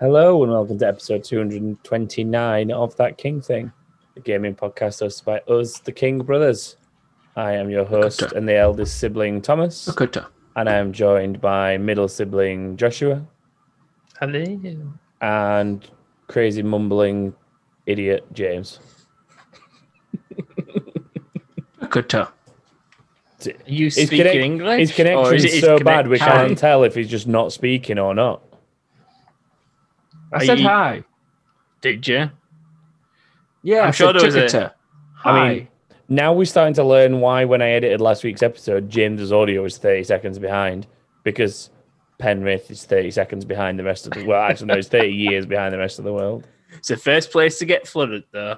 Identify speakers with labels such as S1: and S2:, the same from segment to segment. S1: Hello and welcome to episode 229 of That King Thing, the gaming podcast hosted by us, the King Brothers. I am your host
S2: Doctor.
S1: and the eldest sibling, Thomas,
S2: Dakota.
S1: and I am joined by middle sibling, Joshua,
S3: Hello.
S1: and crazy mumbling idiot, James.
S2: Dakota.
S3: Are you
S1: His
S3: speaking
S1: connect-
S3: English?
S1: His connection
S3: or
S1: is,
S3: Oh, it his
S1: so bad we
S3: connect-
S1: can't tell if he's just not speaking or not.
S2: I
S3: Are
S2: said
S3: you-
S2: hi.
S3: Did you?
S2: Yeah,
S3: I'm
S2: I
S3: sure
S2: said
S3: there was a-
S2: Dakota.
S1: I
S2: Hi.
S1: mean- Now we're starting to learn why, when I edited last week's episode, James's audio is 30 seconds behind because Penrith is 30 seconds behind the rest of the world. Actually, no, it's 30 years behind the rest of the world.
S3: It's the first place to get flooded, though.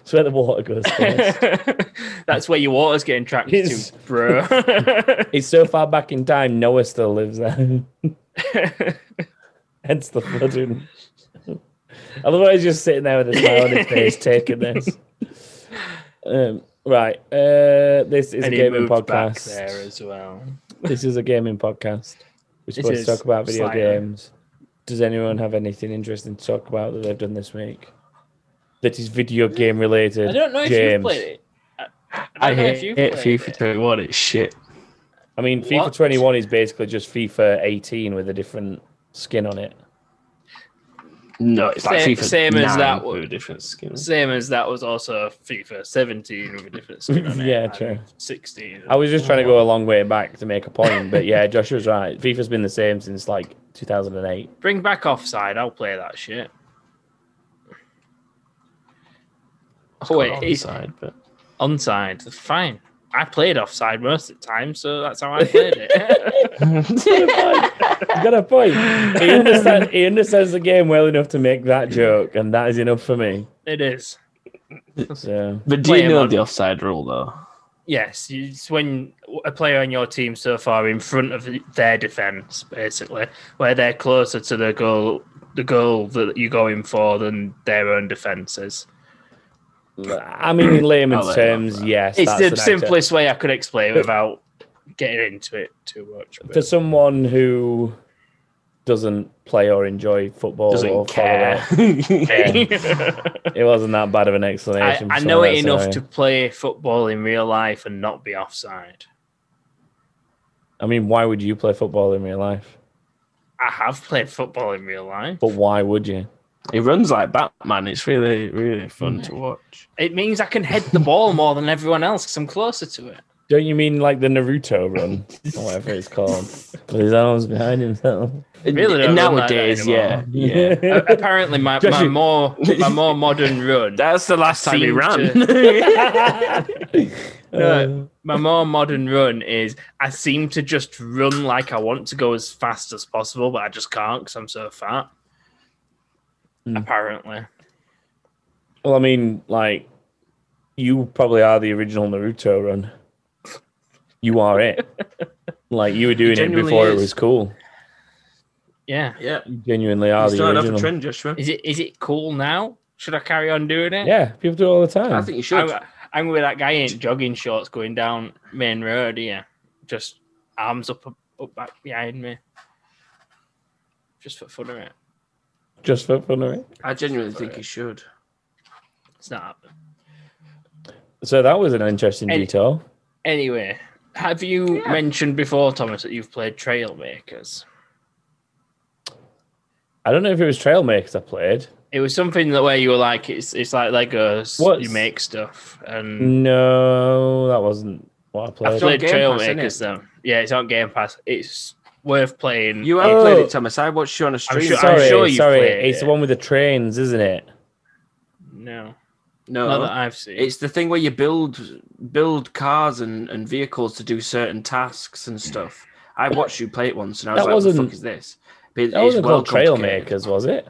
S1: It's where the water goes first.
S3: That's where your water's getting tracked
S1: It's-
S3: to, bro.
S1: it's so far back in time, Noah still lives there. Hence the flooding. Otherwise, just sitting there with a smile on his face, taking this. Um, right. Uh, this is
S3: and
S1: a
S3: he
S1: gaming
S3: moved back
S1: podcast.
S3: there as well.
S1: this is a gaming podcast. We're supposed
S3: is,
S1: to talk about video
S3: slightly.
S1: games. Does anyone have anything interesting to talk about that they've done this week? That is video game related.
S3: Mm, I don't know if you've
S1: James.
S3: played it. I,
S2: I,
S3: I don't know if
S2: hate
S3: you've
S2: it.
S3: played
S2: FIFA
S3: it.
S2: 21 is shit.
S1: I mean, FIFA
S3: What?
S1: 21 is basically just FIFA 18 with a different skin on it.
S2: No, it's like
S3: Same-
S2: FIFA
S3: same as
S2: 9
S3: that one.
S2: with a different skin.
S3: Same as that was also FIFA 17 with a different skin on it.
S1: Yeah,
S3: and
S1: true.
S3: 16.
S1: I was just trying to
S3: Oh.
S1: go a long way back to make a point, but yeah, Joshua's right. FIFA's been the same since like 2008.
S3: Bring back offside. I'll play that shit. Oh, wait, he's
S2: Offside, but
S3: onside. Fine. I played offside most of the time, so that's how I played it.
S1: He's got a point. He understands, he understands the game well enough to make that joke, and that is enough for me.
S3: it is.
S1: So
S2: but do
S3: Play
S2: you
S3: him
S2: know
S3: on-
S2: the offside rule though?
S3: Yes, you- it's when a player on your team so far in front of their defense, basically, where they're closer to the goal, the goal that you're going for than their own defenses.
S1: I mean, in layman's
S2: I'll let you have
S1: terms,
S2: that.
S1: yes,
S3: It's
S1: that's an
S3: the
S1: accept-
S3: simplest way I could explain it without getting into it too much.
S1: for
S3: but-
S1: someone who doesn't play or enjoy football or follow
S2: Doesn't care.
S1: it, it wasn't that bad of an
S3: I,
S1: explanation.
S3: I
S1: for
S3: know it
S1: that,
S3: enough
S1: sorry.
S3: to play football in real life and not be offside.
S1: I mean, why would you play football in real life?
S3: I have played football in real life.
S1: But why would you?
S2: It runs like Batman. It's really, really
S3: Mm.
S2: fun to watch.
S3: It means I can head the ball more than everyone else because I'm closer to it.
S1: Don't you mean like the Naruto run or whatever it's called? With his arms behind himself.
S3: Really
S2: And
S3: don't run like that
S2: nowadays, yeah,
S3: anymore.
S2: yeah.
S3: A- Apparently, my, my
S1: Joshua-
S3: more my more modern run,
S2: That's the last time he
S3: Seem
S2: ran.
S1: Uh,
S3: No. my more modern run is I seem to just run like I want to go as fast as possible, but I just can't because I'm so fat.
S1: Mm.
S3: Apparently,
S1: well, I mean, like, you probably are the original Naruto run. You are it. like, you were doing it
S2: genuinely
S1: before it
S2: is.
S1: was cool.
S3: yeah.
S2: yeah,
S1: You genuinely are the original.
S2: Joshua.
S3: Is it is it cool now? Should I carry on doing it?
S1: Yeah, people do it all the time.
S2: I think you should.
S3: I'm, I'm with that guy in jogging shorts going down main road here. Just arms up, up back behind me. Just for fun of it.
S1: Just for fun of it.
S2: I genuinely think you should.
S3: It's not happening.
S1: So that was an interesting
S3: Any-
S1: detail.
S3: Anyway, have you mentioned before, Thomas, that you've played Trailmakers?
S1: I don't know if it was Trailmakers I played.
S3: It was something that where you were like, it's it's like Legos.
S1: What's-
S3: You make stuff, and
S1: No, that wasn't what I
S3: I've
S1: played.
S2: thought-
S3: played
S2: It's on Game Pass, isn't
S3: Trailmakers though. Yeah, it's on Game Pass. It's worth
S1: Mm.
S3: playing.
S2: You have
S1: Oh.
S3: It-
S2: played it, Thomas. I watched you on a stream.
S3: sure- I'm
S1: sorry,
S3: you
S1: sorry.
S3: played
S1: It's the
S3: it.
S1: one with the trains, isn't it?
S3: No, not that
S2: no,
S3: I've seen.
S2: it's the thing where you build build cars and, and vehicles to do certain tasks and stuff. I watched you play it once, and I was
S1: That
S2: like, "What the
S1: wasn't-
S2: fuck is this?" But it-
S1: That
S2: it's
S1: wasn't
S2: well
S1: called
S2: complicated.
S1: Trailmakers, was it?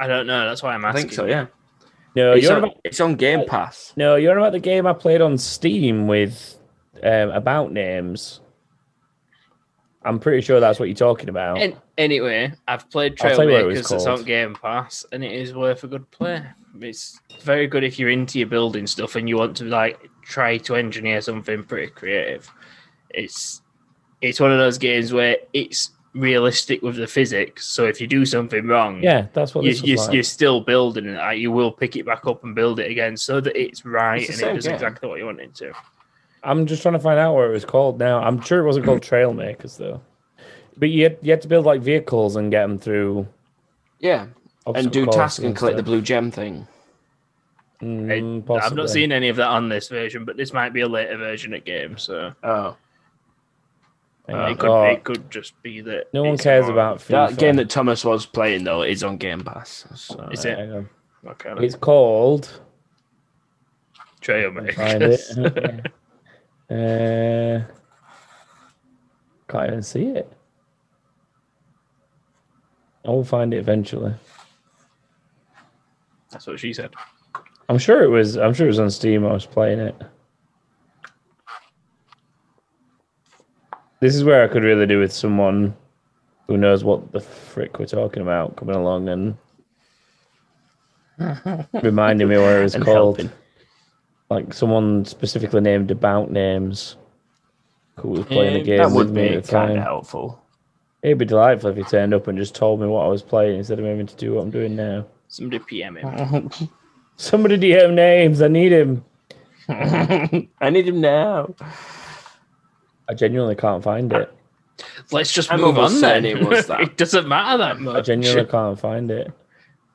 S3: I don't know. That's why I'm
S2: I
S3: asking.
S2: think so. Yeah,
S1: No,
S2: it's
S1: you're
S2: on,
S1: about,
S2: it's on Game Pass.
S1: no, you're about the game I played on Steam with um, about names. I'm pretty sure that's what you're talking about.
S3: An- anyway, I've played
S1: Oh. I'll tell you what it was
S3: Trailmakers that's
S1: called.
S3: on Game Pass, and it is worth a good play. It's very good if you're into your building stuff and you want to like try to engineer something pretty creative. It's it's one of those games where it's realistic with the physics. So if you do something wrong,
S1: Yeah, that's what
S3: you,
S1: this
S3: you,
S1: was like.
S3: you're still building it. like, You will pick it back up and build it again so that it's right
S2: It's the
S3: and
S2: same
S3: it does
S2: game.
S3: exactly what you want it to.
S1: I'm just trying to find out what it was called now. I'm sure it wasn't called Trail Makers though. But you had, you had to build like vehicles and get them through.
S2: Yeah, and
S1: obstacle
S2: do
S1: courses
S2: task and collect the
S1: stuff.
S2: blue gem thing.
S1: Mm,
S3: I- I've
S1: possibly.
S3: not seen any of that on this version, but this might be a later version of game. So
S2: Oh,
S1: Thank
S3: Uh, it, could,
S1: Oh, God.
S3: it could just be that
S1: no one
S3: it's
S1: cares
S3: more-
S1: about FIFA.
S2: that game that Thomas was playing though is on Game Pass. So.
S3: Is it?
S1: Hang on.
S3: Okay,
S1: It's called.
S3: trail
S1: I'll Find it.
S3: makers.
S1: uh, can't even see it. I will find it eventually.
S3: That's what she said.
S1: I'm sure it was. I'm sure it was on Steam. I was playing it. This is where I could really do with someone who knows what the frick we're talking about coming along and reminding me where it was
S2: And
S1: called.
S2: helping.
S1: Like someone specifically named about names who was playing the game.
S2: that
S1: with
S2: would
S1: me
S2: be
S1: at the
S2: kind of
S1: time.
S2: helpful.
S1: It'd be delightful if he turned up and just told me what I was playing instead of having to do what I'm doing now.
S3: Somebody PM him.
S1: Somebody DM names. I need him.
S2: I need him now.
S1: I genuinely can't find it.
S3: Let's just
S2: I'm
S3: move on
S2: almost
S3: then.
S2: certain it was that.
S3: it doesn't matter that much. Uh,
S1: I genuinely can't find it.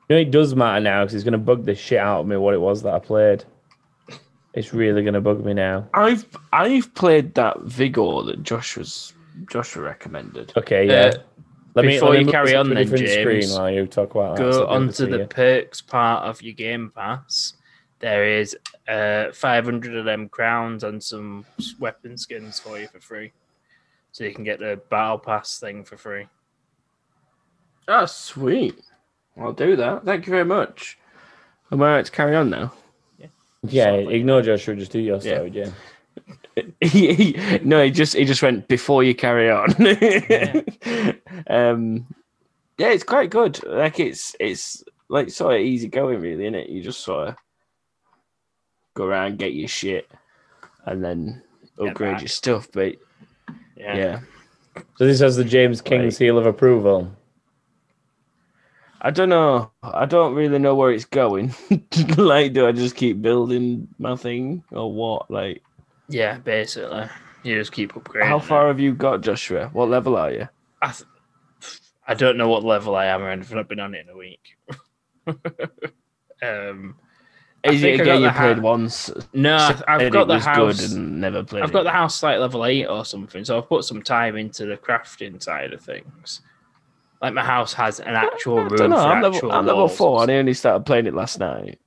S1: No, it does matter now because it's going to bug the shit out of me what it was that I played. It's really going to bug me now.
S2: I've I've played that Vigor that Josh was Joshua recommended.
S1: Okay, yeah.
S3: Uh,
S1: let
S3: before you
S1: move
S3: carry
S1: this to
S3: on
S1: a
S3: then,
S1: different
S3: James,
S1: screen while you talk about that. so I'll be able
S3: Go
S1: to
S3: onto
S1: see
S3: the
S1: it.
S3: perks part of your Game Pass. There is uh, 500 of them crowns and some s- weapon skins for you for free. So you can get the Battle Pass thing for free.
S2: Oh, sweet. I'll do that. Thank you very much. Am I right to carry on now?
S1: Yeah,
S3: something.
S1: ignore Joshua. Just do your
S2: Yeah.
S1: story, yeah.
S2: He- he- no, he just he just went before you carry on. Um, yeah, it's quite good. Like it's it's like sort of easy going, really, isn't it? You just sort of go around, get your shit, and then
S3: Get
S2: upgrade
S3: back.
S2: your stuff. But yeah,
S1: So this has the James King
S2: Right.
S1: seal of approval.
S2: I don't know. I don't really know where it's going. like, do I just keep building my thing or what? Like,
S3: Yeah, basically. You just keep upgrading.
S2: how
S3: it.
S2: far have you got, Joshua? What level are you?
S3: I, th- I don't know what level I am or anything. I've been on it in a week. um, I
S2: Is it
S3: think I
S2: a
S3: got
S2: game you
S3: the ha-
S2: played once?
S3: no, I- I've
S2: said
S3: got
S2: it
S3: the
S2: was
S3: house.
S2: Good and never played.
S3: I've
S2: it.
S3: got the house like level eight or something, so I've put some time into the crafting side of things. Like my house has an actual room.
S2: I don't know.
S3: For
S2: I'm
S3: actual
S2: level, I'm level
S3: walls.
S2: four, and I only started playing it last night.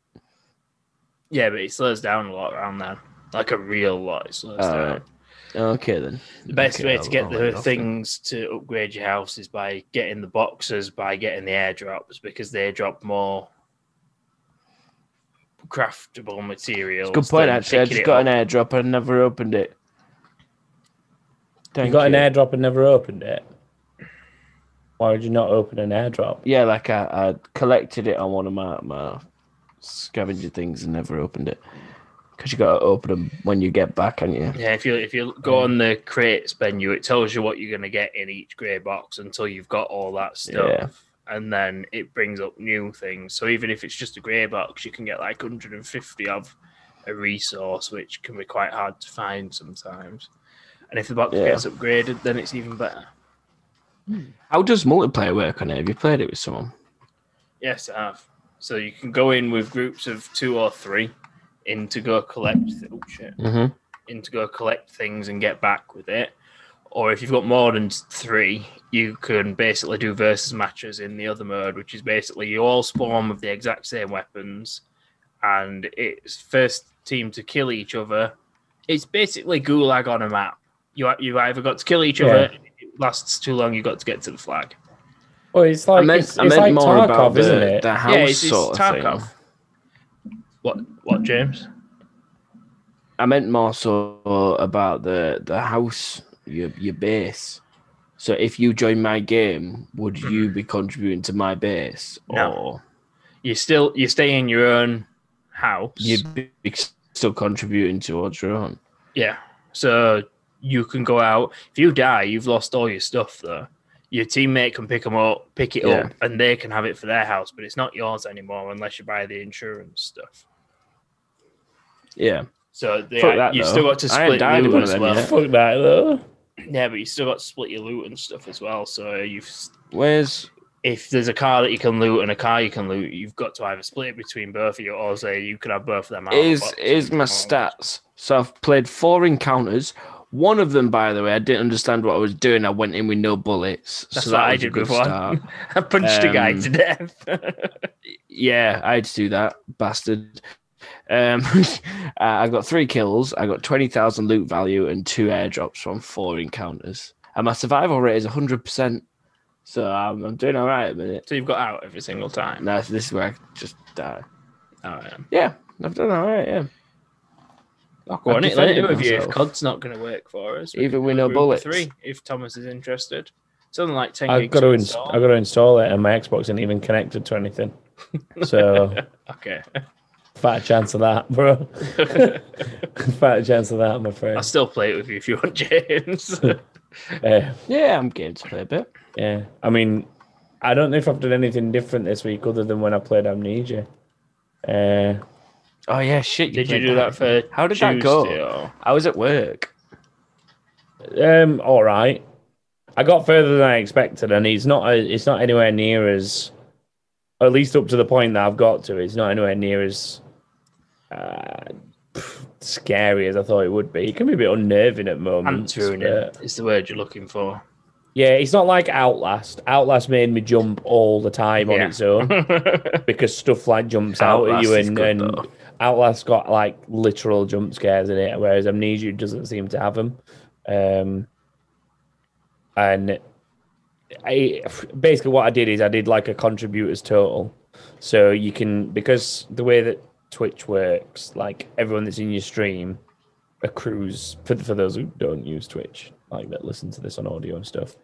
S3: Yeah, but it slows down a lot around there. Like a real lot, it slows down.
S2: Alright. Okay then.
S3: The best
S2: Okay,
S3: way
S2: I'll-
S3: to get
S2: I'll
S3: the
S2: let it off then.
S3: things to upgrade your house is by getting the boxes, by getting the airdrops, because they drop more craftable materials.
S2: Good point.
S3: than
S2: Actually, I
S3: picking
S2: just
S3: it
S2: got
S3: up.
S2: an airdrop and never opened it. Thank
S1: you got an airdrop and never opened it. Why would you not open an airdrop?
S2: Yeah, like I, I collected it on one of my my scavenger things and never opened it because you got to open them when you get back, and you.
S3: Yeah, if you if you go on the crates menu, it tells you what you're gonna get in each grey box until you've got all that stuff,
S2: Yeah.
S3: and then it brings up new things. So even if it's just a grey box, you can get like 150 of a resource, which can be quite hard to find sometimes. And if the box
S2: Yeah.
S3: gets upgraded, then it's even better.
S2: How does multiplayer work on it? Have you played it with someone?
S3: Yes, I have. So you can go in with groups of two or three, in to go collect. Oh shit.
S2: Mm-hmm.
S3: in to go collect things and get back with it. Or if you've got more than three, you can basically do versus matches in the other mode, which is basically you all spawn with the exact same weapons and it's first team to kill each other. It's basically gulag on a map. You you either got to kill each
S1: Yeah.
S3: other, it lasts too long, you got to get to the flag.
S1: Well, it's like
S2: I meant,
S1: it's,
S2: I
S1: it's
S2: meant
S1: like
S2: more about
S1: Tarkov,
S2: the,
S1: isn't it?
S2: the house
S3: yeah, it's, it's
S2: sort of thing.
S3: Tarkov. What what James?
S2: I meant more so about the the house, your your base. So if you join my game, would you be contributing to my base,
S3: No.
S2: or
S3: You still you stay in your own house.
S2: you'd be still contributing towards your own?
S3: Yeah. So you can go out. If you die, you've lost all your stuff though. your teammate can pick them up, pick it
S2: Yeah.
S3: up, and they can have it for their house, but it's not yours anymore unless you buy the insurance stuff.
S2: Yeah.
S3: So they,
S2: Fuck that,
S3: you
S2: though.
S3: still got to
S2: I ain't
S3: split
S2: died
S3: loot
S2: one of
S3: as
S2: them
S3: well.
S2: yet.
S1: Fuck that though.
S3: Yeah, but you still got to split your loot and stuff as well. So you've
S2: Where's
S3: if there's a car that you can loot and a car you can loot, you've got to either split it between both of you or say you can have both of them. Out of the
S2: is
S3: box.
S2: is my stats? So I've played four encounters. One of them, by the way, I didn't understand what I was doing. I went in with no bullets.
S3: That's
S2: so
S3: what
S2: that
S3: I
S2: was a
S3: did
S2: good
S3: with one.
S2: start.
S3: I punched a guy
S2: Um,
S3: to death.
S2: Yeah, I had to do that, bastard. Um, uh, I got three kills. I got twenty thousand loot value and two airdrops from four encounters. And my survival rate is hundred percent. So I'm, I'm doing all right at the minute.
S3: so you've got out every single time.
S2: Now this is where I just die.
S3: All right.
S2: Yeah, I've done all right. Yeah.
S3: I'll go on it
S2: defended
S3: later with you if
S2: myself.
S3: COD's not going to work for us.
S2: Even
S3: can
S2: with
S3: do
S2: no
S3: a group of
S2: bullets.
S3: Three, if Thomas is interested. It's only like 10
S1: I've
S3: gigs
S1: got to
S3: install.
S1: install. I've got to install it, and my Xbox isn't even connected to anything. So
S3: Okay.
S1: fat chance of that, bro. fat chance of that, I'm afraid.
S3: I'll still play it with you if you want, James.
S1: Uh,
S2: Yeah, I'm game to play a bit.
S1: yeah, I mean, I don't know if I've done anything different this week other than when I played Amnesia. Uh,
S2: Oh yeah, shit.
S3: did you
S2: played
S3: do that for
S2: How did
S3: Tuesday
S2: that go?
S3: or-
S2: I was at work.
S1: Um, all right. I got further than I expected, and it's not. uh, It's not anywhere near as, at least up to the point that I've got to. It's not anywhere near as uh, pff, scary as I thought it would be. It can be a bit unnerving at moments.
S3: Answering
S1: but-
S3: it is Uh, the word you're looking for.
S1: Yeah, it's not like Outlast. Outlast made me jump all the time on
S3: Yeah.
S1: its own because stuff like jumps out at
S2: Outlast
S1: you,
S2: is
S1: and,
S2: good,
S1: and
S2: though.
S1: Outlast's got like literal jump scares in it, whereas Amnesia doesn't seem to have them. Um, and I basically what I did is I did like a contributors total, so you can because the way that Twitch works, like everyone that's in your stream accrues for for those who don't use Twitch, like that listen to this on audio and stuff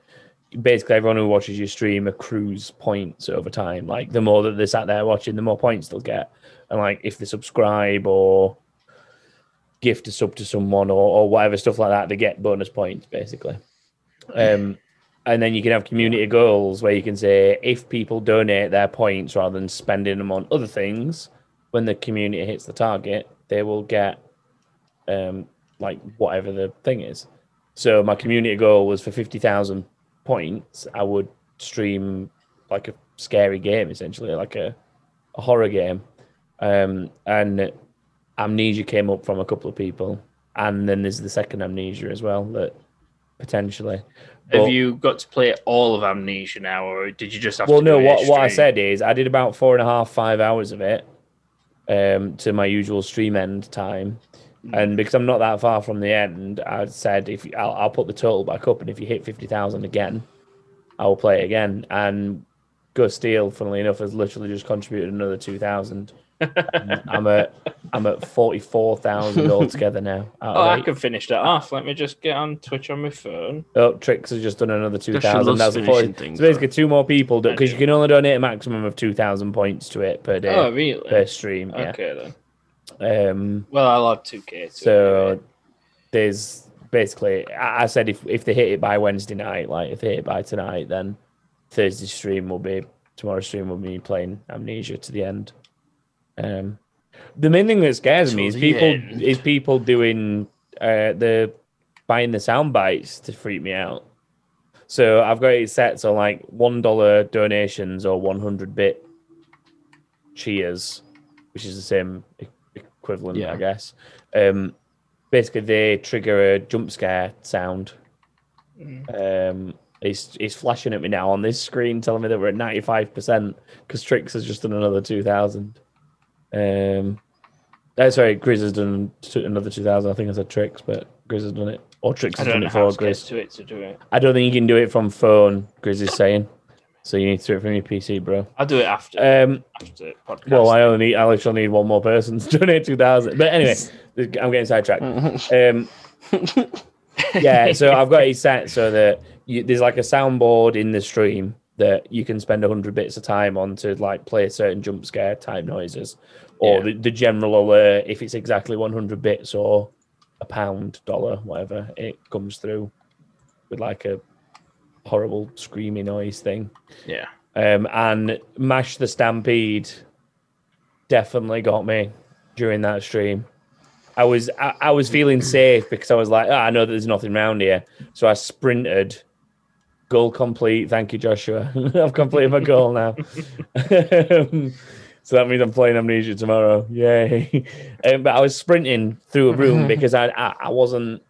S1: basically everyone who watches your stream accrues points over time. Like the more that they're sat there watching, the more points they'll get. And like if they subscribe or gift a sub to someone or, or whatever stuff like that, they get bonus points basically. Um, and then you can have community goals where you can say if people donate their points rather than spending them on other things, when the community hits the target, they will get um, like whatever the thing is. So my community goal was for fifty thousand points, I would stream like a scary game, essentially, like a, a horror game. Um, and Amnesia came up from a couple of people, and then there's the second Amnesia as well that potentially.
S3: Have
S1: But-
S3: you got to play all of Amnesia now, or did you just have
S1: well,
S3: to
S1: no.
S3: do it
S1: What, what I
S3: straight?
S1: said is, I did about four and a half, five hours of it um, to my usual stream end time,
S3: Mm.
S1: and because I'm not that far from the end, I said if I'll, I'll put the total back up, and if you hit fifty thousand again, I will play it again. And Gus Steele, funnily enough, has literally just contributed another two thousand. I'm at I'm at forty four thousand altogether now. out
S3: Oh,
S1: of
S3: I
S1: eight.
S3: can finish that off. Let me just get on Twitch on my phone.
S1: Oh, Trix has just done another two thousand.
S2: loves
S1: That's a
S2: finishing
S1: forty.
S2: things,
S1: so basically, two more people because you
S3: Actually.
S1: can only donate a maximum of two thousand points to it per day
S3: Oh, really?
S1: per stream.
S3: Okay then.
S1: Yeah. Um.
S3: Well, I'll have two K.
S1: So there's basically, I I said if if they hit it by Wednesday night, like if they hit it by tonight, then Thursday stream will be tomorrow's stream will be me playing Amnesia to the end. Um, the main thing that scares me
S2: To
S1: is
S2: the
S1: people
S2: end.
S1: is people doing uh the buying the sound bites to freak me out. So I've got it set so like one dollar donations or one hundred bit cheers, which is the same e- equivalent,
S2: Yeah.
S1: I guess. Um, basically, they trigger a jump scare sound. Um, it's it's flashing at me now on this screen, telling me that we're at ninety five percent because Trix has just done another two thousand. Um, uh, sorry, Grizz has done two, another two thousand. I think I said Trix, but Grizz has done it. Or Trix
S3: I
S1: has
S3: don't
S1: done
S3: know
S1: it
S3: how
S1: for
S3: to get
S1: Grizz.
S3: to it to do it.
S1: I don't think you can do it from phone. Grizz is saying, so you need to do it from your PC, bro.
S3: I'll do it after
S1: Um,
S3: after podcast.
S1: well, I only need, I literally need one more person to donate two thousand. But anyway, I'm getting sidetracked. Um, yeah, so I've got it set so that you, there's like a soundboard in the stream that you can spend hundred bits of time on to like play certain jump scare type noises, or
S2: Yeah.
S1: the, the general alert if it's exactly one hundred bits or a pound dollar whatever it comes through with like a horrible screamy noise thing.
S2: Yeah.
S1: Um, and Mash the Stampede definitely got me during that stream. I was I, I was feeling safe because I was like, "Ah, I know that there's nothing around here. So I sprinted, goal complete. Thank you, Joshua. I've completed my goal now. so that means I'm playing Amnesia tomorrow. Yay! Um, but I was sprinting through a room because I, I I wasn't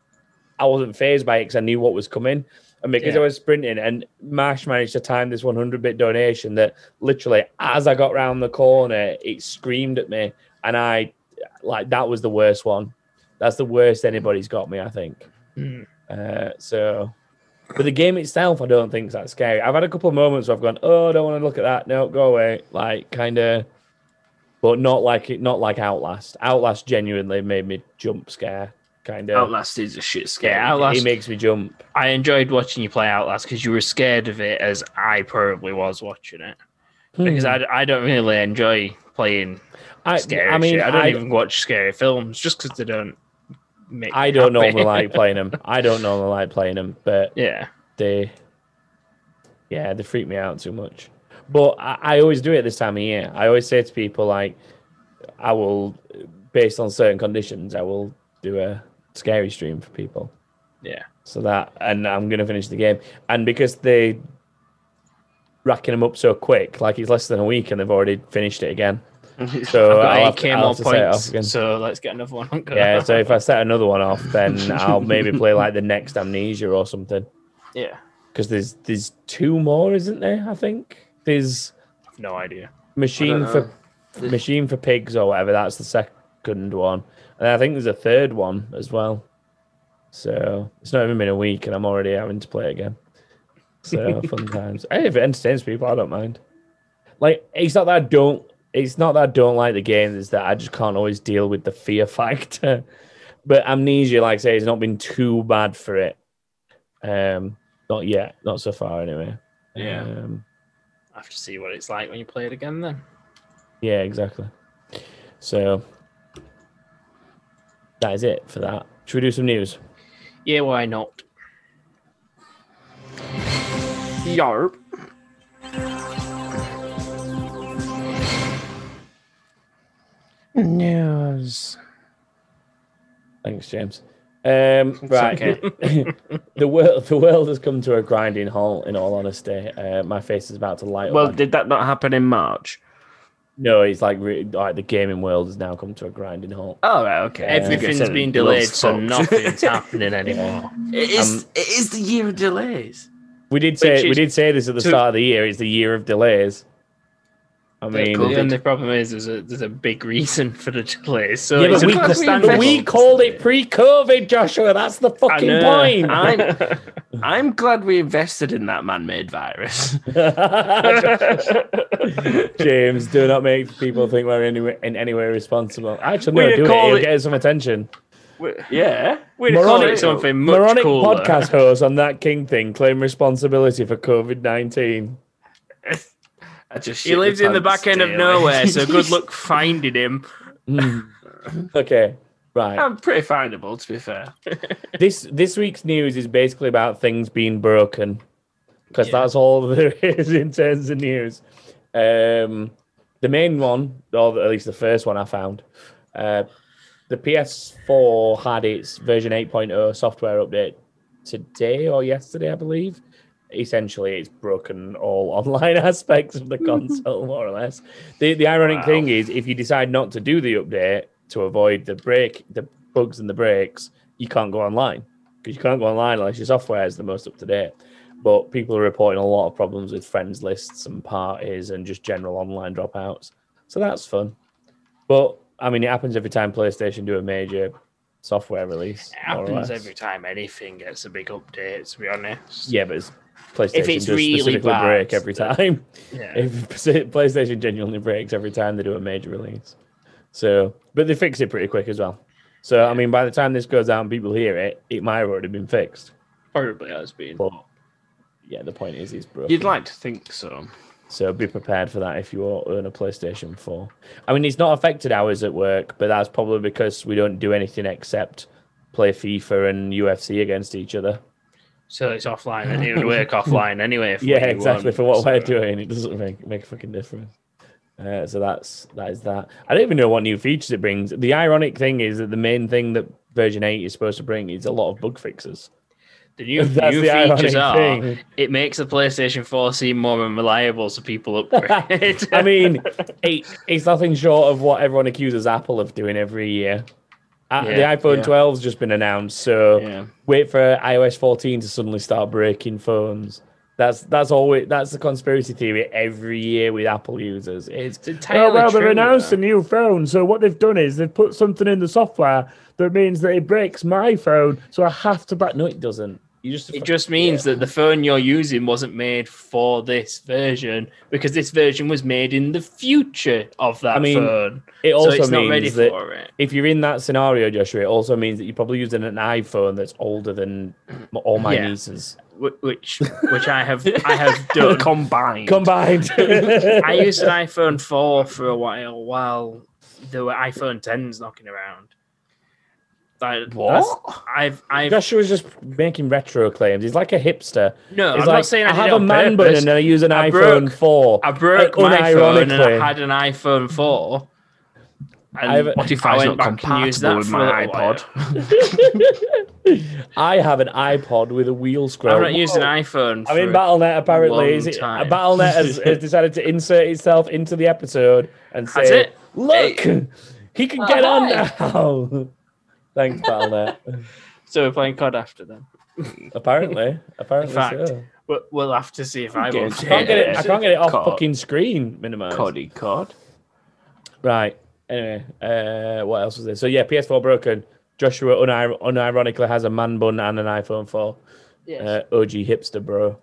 S1: I wasn't phased by it because I knew what was coming. And because
S3: Yeah.
S1: I was sprinting, and Marsh managed to time this 100 bit donation that literally, as I got round the corner, it screamed at me. And I, like, that was the worst one. That's the worst anybody's got me, I think.
S3: Mm.
S1: Uh, so, but the game itself, I don't think is that scary. I've had a couple of moments where I've gone, oh, I don't want to look at that. No, go away. Like, kind of, but not like it, not like Outlast. Outlast genuinely made me jump scare, kind of.
S2: Outlast is a shit scare.
S3: Yeah, Outlast-
S1: It makes me jump.
S3: I enjoyed watching you play Outlast because you were scared of it as I probably was watching it because I, I don't really enjoy playing
S1: Hmm. I,
S3: scary
S1: I mean,
S3: shit. I don't
S1: I,
S3: even watch scary films just because they don't make.
S1: I
S3: me
S1: don't
S3: happy.
S1: normally like playing them. I don't normally like playing them, but
S3: yeah,
S1: they, yeah, they freak me out too much. But I, I always do it this time of year. I always say to people like, I will, based on certain conditions, I will do a scary stream for people.
S2: Yeah.
S1: So that, and I'm gonna finish the game, and because they racking them up so quick, like it's less than a week, and they've already finished it again. So
S3: I've got
S1: I'll have
S3: 8k
S1: to- I'll
S3: more
S1: have to set it off
S3: points,
S1: again.
S3: so let's get another one.
S1: yeah, so if I set another one off, then I'll maybe play like the next Amnesia or something.
S2: yeah.
S1: Because there's there's two more, isn't there? I think there's
S3: no idea.
S1: Machine for Machine for Pigs or whatever. That's the second one, and I think there's a third one as well. So it's not even been a week, and I'm already having to play again. So fun times. Hey, if it entertains people, I don't mind. Like it's not that I don't. It's not that I don't like the game. It's that I just can't always deal with the fear factor. But Amnesia, like I say, has not been too bad for it. Um, not yet, not so far anyway.
S2: Yeah.
S1: Um,
S3: Uh, I have to see what it's like when you play it again. Then
S1: yeah, exactly. So that is it for that. Should we do some news?
S3: yeah, why not?
S2: Yarp. News.
S1: Thanks, James. Um, right, the world the world has come to a grinding halt. In all honesty, uh, my face is about to light
S2: Well,
S1: up.
S2: did that not happen in March?
S1: no, it's like re- like the gaming world has now come to a grinding halt.
S2: Oh, right, okay.
S3: Everything's been delayed, so nothing's happening anymore.
S2: it is.
S1: Um,
S2: it is the year of delays.
S1: We did say
S3: Which
S1: we
S3: is
S1: did say this at the
S3: to-
S1: start of the year. It's the year of delays. I mean,
S3: the
S2: COVID.
S3: only problem is there's a, there's a big reason for the delay. So
S1: yeah,
S3: it's
S1: but we,
S2: Because we
S1: but we
S2: invested.
S1: called it pre-COVID, Joshua. That's the fucking
S3: know.
S1: point.
S2: I'm. I'm glad we invested in that man-made virus.
S1: James, do not make people think we're any, in any way responsible. Actually,
S3: We'd
S1: no,
S3: have
S1: do it.
S3: called
S1: It'll
S3: it-
S1: get us some attention.
S2: yeah.
S3: we'd
S1: Moronic-
S3: call it something much
S1: Moronic
S3: cooler.
S1: podcast host on that King thing claim responsibility for COVID nineteen.
S2: I just
S3: He
S2: shit
S3: lives
S2: my
S3: in the
S2: pants
S3: back end of
S2: daily.
S3: nowhere, so good luck finding him.
S1: Okay, right.
S2: I'm pretty findable, to be fair.
S1: This this week's news is basically about things being broken because that's all there is in terms of news. Um, the main one, or at least the first one I found, uh, the PS4 had its version 8.0 software update today or yesterday, I believe. Essentially, it's broken all online aspects of the console, more or less. The, the ironic
S2: Wow.
S1: thing is, if you decide not to do the update to avoid the break, the bugs and the breaks, you can't go online because you can't go online unless your software is the most up to date but people are reporting a lot of problems with friends lists and parties and just general online dropouts. So that's fun. But I mean, it happens every time PlayStation do a major software release.
S3: It
S1: more or
S3: happens
S1: less.
S3: every time anything gets a big update, to be honest.
S1: Yeah, but it's PlayStation
S3: it's
S1: does
S3: really
S1: specifically
S3: bad,
S1: break every time.
S3: Yeah.
S1: If PlayStation genuinely breaks every time they do a major release. So, but they fix it pretty quick as well. So, I mean, by the time this goes out and people hear it, it might have already been fixed.
S3: Probably has been.
S1: But yeah, the point is, it's broken.
S2: You'd like to think so.
S1: So be prepared for that if you all own a PlayStation 4. I mean, it's not affected hours at work, but that's probably because we don't do anything except play FIFA and UFC against each other.
S3: So it's offline and it would work offline anyway. for
S1: yeah,
S3: what you
S1: exactly.
S3: want,
S1: For what we're
S3: so-
S1: doing, it doesn't make make a fucking difference. Uh, so that's that is that. I don't even know what new features it brings. The ironic thing is that the main thing that version eight is supposed to bring is a lot of bug fixes.
S3: The new,
S1: That's
S3: new
S1: the
S3: features
S1: ironic
S3: are
S1: thing.
S3: it makes the PlayStation 4 seem more unreliable so people upgrade.
S1: I mean, it, it's nothing short of what everyone accuses Apple of doing every year. Uh,
S3: Yeah,
S1: the iPhone
S2: yeah.
S1: 12's just been announced, so
S2: Yeah.
S1: wait for iOS 14 to suddenly start breaking phones. That's that's always that's the conspiracy theory every year with Apple users. It's
S3: entirely
S1: "Oh, well,
S3: true,
S1: they've announced
S3: though."
S1: a new phone, so what they've done is they've put something in the software that means that it breaks my phone, so I have to back. No, it doesn't. You just
S3: it just means that the phone you're using wasn't made for this version because this version was made in the future of that
S1: I mean,
S3: phone.
S1: it
S3: So
S1: also
S3: it's not
S1: means
S3: ready
S1: that
S3: for it.
S1: if you're in that scenario, Joshua, it also means that you're probably using an iPhone that's older than m- all my
S3: Yeah.
S1: nieces
S3: Wh- Which which I have I have done.
S2: Combined.
S1: combined.
S3: I used an iPhone 4 for a while while there were iPhone 10s knocking around. That, that's-
S2: What?
S3: I've I've
S1: Joshua's just making retro claims. He's like a hipster.
S3: no,
S1: He's
S3: I'm
S1: like,
S3: not saying I, did
S1: have
S3: it
S1: a
S3: on
S1: man bun
S3: purpose.
S1: and I use an
S3: I
S1: iPhone
S3: broke-
S1: 4.
S3: I broke
S1: Un-
S3: my phone and
S1: unironically.
S3: I had an iPhone 4. And
S1: I've-
S2: Spotify's not compatible with
S3: for a
S2: my
S3: little while.
S2: iPod.
S1: I have an iPod with a wheel scroll.
S3: I've not used an
S1: Whoa.
S3: iPhone.
S1: I'm in
S3: for-
S1: Battle.net
S3: long
S1: apparently. Is it,
S3: time.
S1: Battle.net has, has decided to insert itself into the episode and
S3: Has
S1: say,
S3: it?
S1: look, he can get on
S3: hi.
S1: now. Thanks, Battle.net.
S3: So we're playing COD after then.
S1: apparently. Apparently
S3: fact,
S1: so.
S3: But we'll have to see if I
S2: Okay.
S3: will.
S1: I can't get it, I can't get it off
S2: Cod.
S1: fucking screen, minimize.
S2: Coddy cod.
S1: Right. Anyway, uh, what else was there? So yeah, PS4 broken. Joshua unir- unironically has a man bun and an iPhone 4. Uh, OG hipster, bro.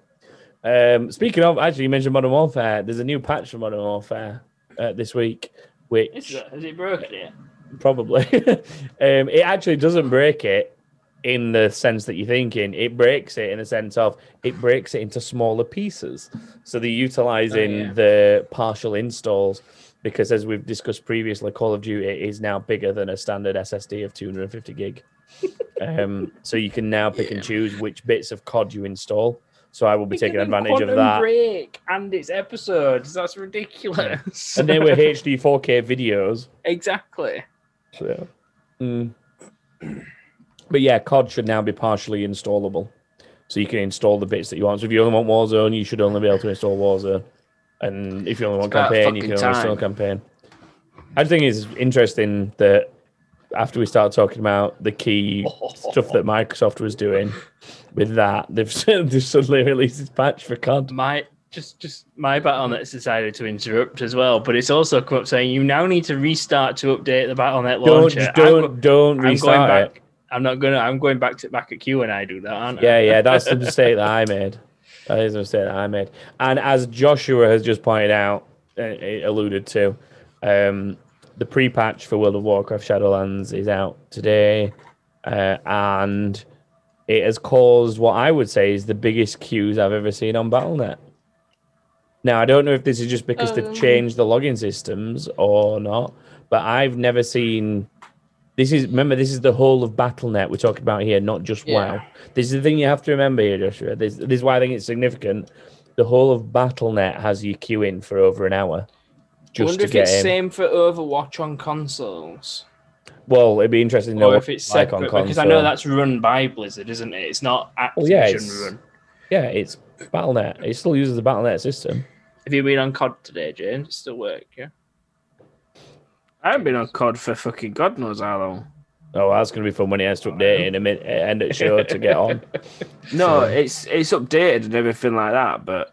S1: Um, speaking of, actually, you mentioned Modern Warfare. There's a new patch for Modern Warfare uh, this week, which
S3: Has it broken yet?
S1: probably um, it actually doesn't break it in the sense that you're thinking. It breaks it in the sense of it breaks it into smaller pieces. So they're utilizing
S2: yeah.
S1: the partial installs because, as we've discussed previously, Call of Duty is now bigger than a standard SSD of 250 gig. um, so you can now pick and choose which bits of COD you install. So I will be taking advantage of that.
S3: Break and its episodes. That's ridiculous.
S1: And they were HD 4K videos.
S3: exactly.
S1: So. Mm. But yeah, COD should now be partially installable. So you can install the bits that you want. So if you only want Warzone, you should only be able to install Warzone. And if you only want
S2: It's about
S1: campaign, you
S2: fucking
S1: can only install
S2: time.
S1: campaign. I just think it's interesting that after we start talking about the key stuff that Microsoft was doing with that, they've, they've suddenly released this patch for COD.
S3: My just just my BattleNet's decided to interrupt as well, but it's also come up saying you now need to restart to update the BattleNet
S1: Don't,
S3: launcher.
S1: just
S3: I'm
S1: don't,
S3: go-
S1: don't
S3: I'm
S1: restart
S3: going
S1: it.
S3: back. I'm not gonna. I'm going back to back at you when I do that, aren't
S1: Yeah,
S3: I?
S1: yeah, that's the mistake that I made. That is a mistake that I made. And as Joshua has just pointed out, uh, it alluded to, um, the pre-patch for World of Warcraft Shadowlands is out today, uh, and it has caused what I would say is the biggest queues I've ever seen on BattleNet. Now I don't know if this is just because they've
S3: Um.
S1: changed the login systems or not, but I've never seen this is remember this is the whole of BattleNet we're talking about here, not just
S2: Yeah.
S1: WoW. This is the thing you have to remember here, Joshua. This, this is why I think it's significant. The whole of BattleNet has you queue in for over an hour
S2: I
S1: just
S2: wonder
S1: to
S2: if it's
S1: get in.
S2: same for Overwatch on consoles.
S1: well, it'd be interesting to know
S3: or
S1: what
S3: if it's
S1: like
S3: separate,
S1: on
S3: because I know
S1: console.
S3: that's run by Blizzard, isn't it? It's not Activision
S1: Well, yeah, it's-
S3: run.
S1: Yeah, it's BattleNet. It still uses the BattleNet system.
S3: Have you been on COD today, James? It's still work, yeah.
S1: Um,
S2: I haven't been on COD for fucking God knows how long.
S1: Oh, that's going to be fun when it has to update in a minute, end of show to get on.
S2: No, it's it's updated and everything like that, but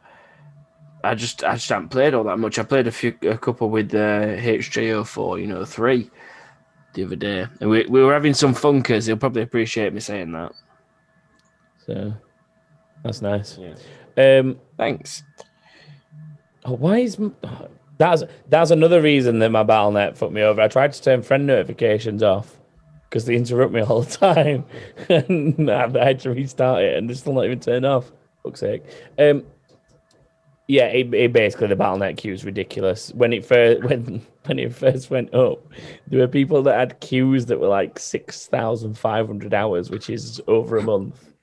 S2: I just I just haven't played all that much. I played a few a couple with uh, the HJO4, you know, three the other day, and we, we were having some funkers. He'll probably appreciate me saying that.
S1: So that's nice.
S2: Yeah.
S1: Um,
S2: Thanks.
S1: Oh, why is m- that's that's another reason that my BattleNet fucked me over. I tried to turn friend notifications off because they interrupt me all the time, and I had to restart it, and they're still not even turned off. Fuck's sake. Um, yeah, it, it basically the BattleNet queue is ridiculous. When it first when when it first went up, there were people that had queues that were like six thousand five hundred hours, which is over a month.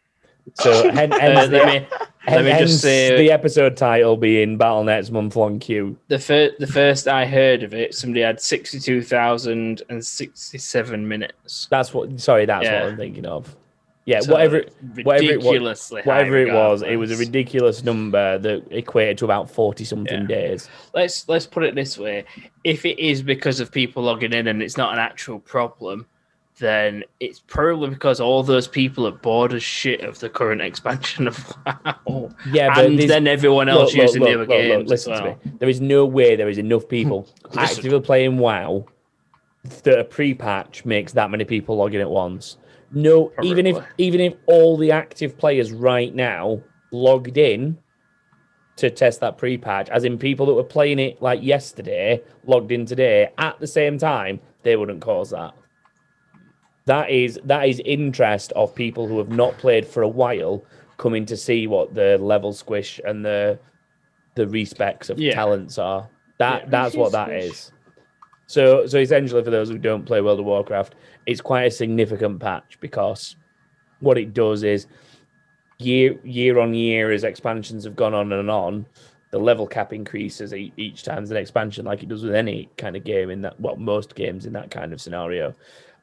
S1: So hen- hence,
S3: Uh,
S1: the,
S3: let me
S1: hen-
S3: me just
S1: hence
S3: say-
S1: the episode title being Battle.net's month long queue.
S3: the first the first I heard of it, somebody had sixty two thousand and sixty seven minutes.
S1: That's what. Sorry, that's
S3: Yeah.
S1: what I'm thinking of. Yeah,
S3: So,
S1: whatever. whatever it was-
S3: ridiculously high
S1: Whatever it was, it was
S3: regardless.
S1: a ridiculous number that equated to about forty something
S3: Yeah.
S1: days.
S3: let's let's put it this way: if it is because of people logging in and it's not an actual problem, then it's probably because all those people are bored as shit of the current expansion of WoW,
S1: Oh, Yeah, but
S3: and
S1: there's-
S3: then everyone
S1: look,
S3: else
S1: look,
S3: using
S1: look,
S3: newer
S1: look, look,
S3: games.
S1: listen
S3: as well.
S1: to me. There is no way there is enough people
S3: Listen.
S1: actively playing WoW that a pre-patch makes that many people log in at once. No, even if
S3: Probably.
S1: even if all the active players right now logged in to test that pre-patch, as in people that were playing it like yesterday logged in today at the same time, they wouldn't cause that. That is that is interest of people who have not played for a while coming to see what the level squish and the the respecs of
S3: Yeah.
S1: talents are. That
S3: Yeah.
S1: that's what that is. So so essentially for those who don't play World of Warcraft, it's quite a significant patch because what it does is year year on year as expansions have gone on and on, the level cap increases e- each time there's an expansion, like it does with any kind of game in that well, most games in that kind of scenario.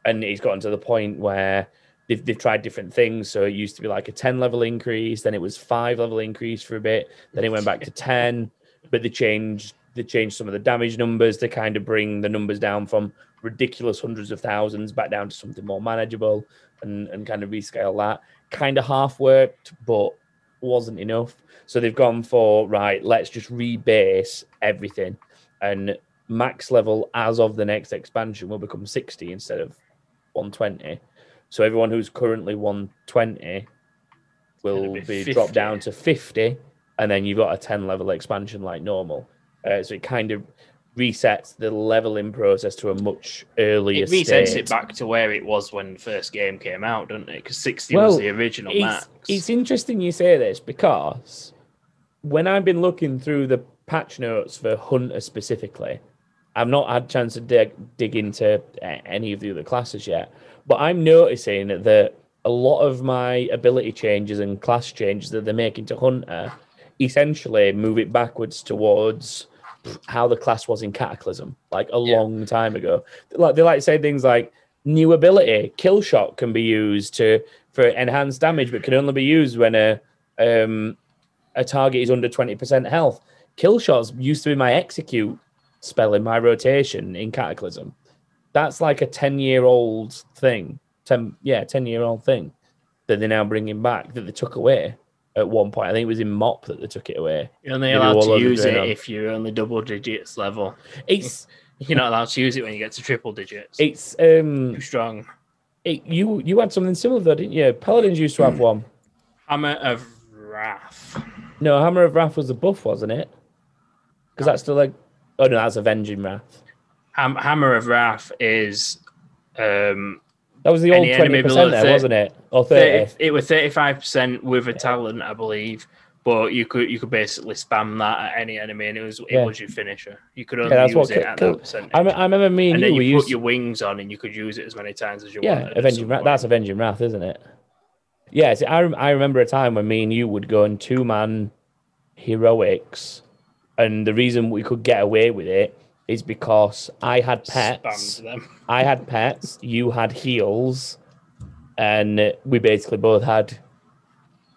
S1: And it's gotten to the point where they've, they've tried different things. So it used to be like a 10 level increase, then it was five level increase for a bit, then it went back to 10, but they changed they changed some of the damage numbers to kind of bring the numbers down from ridiculous hundreds of thousands back down to something more manageable and, and kind of rescale that. Kind of half worked, but wasn't enough. So they've gone for right, let's just rebase everything. And max level as of the next expansion will become 60 instead of 120. So everyone who's currently 120 will
S3: be
S1: be, dropped
S3: 50.
S1: down to 50, and then you've got a 10 level expansion like normal. Uh, so it kind of resets the leveling process to a much earlier
S3: It resets
S1: state.
S3: it back to where it was when the first game came out, doesn't it? Because sixty
S1: Well,
S3: was the original
S1: it's,
S3: max.
S1: it's interesting you say this because when I've been looking through the patch notes for Hunter specifically, I've not had a chance to dig, dig into a- any of the other classes yet, but I'm noticing that a lot of my ability changes and class changes that they're making to Hunter essentially move it backwards towards how the class was in Cataclysm, like a
S3: Yeah.
S1: long time ago. Like they like to say things like new ability, kill shot can be used to for enhanced damage, but can only be used when a um, a target is under twenty percent health. Kill shots used to be my execute spell in my rotation in Cataclysm. That's like a ten year old thing. Ten yeah, ten year old thing that they're now bringing back that they took away at one point. I think it was in Mop that they took it away.
S3: you're only
S1: you know,
S3: allowed
S1: all
S3: to
S1: of it
S3: use
S1: going
S3: it
S1: on.
S3: if you're only double digits level.
S1: It's
S3: You're not allowed to use it when you get to triple digits.
S1: it's um
S3: Too strong.
S1: it, you you had something similar though, didn't you? Paladins used to have one.
S3: Hammer of Wrath.
S1: No, Hammer of Wrath was the buff, wasn't it? Because that's still like, oh no, that's Avenging Wrath.
S3: Ham- Hammer of Wrath is um
S1: That was the old
S3: Any
S1: twenty
S3: enemy below
S1: percent there,
S3: thir-
S1: wasn't it? Or
S3: 30,
S1: thirty?
S3: it was thirty five percent with a talent, I believe. But you could you could basically spam that at any enemy, and it was it
S1: Yeah.
S3: was your finisher. You could only
S1: that's
S3: use
S1: what
S3: it
S1: ki-
S3: at
S1: killed-
S3: that percentage.
S1: I, rem- I remember me and,
S3: and then
S1: you,
S3: you,
S1: we
S3: put
S1: used
S3: your wings on, and you could use it as many times as you
S1: yeah,
S3: wanted. at
S1: Avenging
S3: some
S1: Wrath.
S3: point.
S1: That's Avenging Wrath, isn't it? Yeah, see, I rem- I remember a time when me and you would go on two man heroics, and the reason we could get away with it is because I had pets.
S3: Spammed them.
S1: I had pets, you had heels, and we basically both had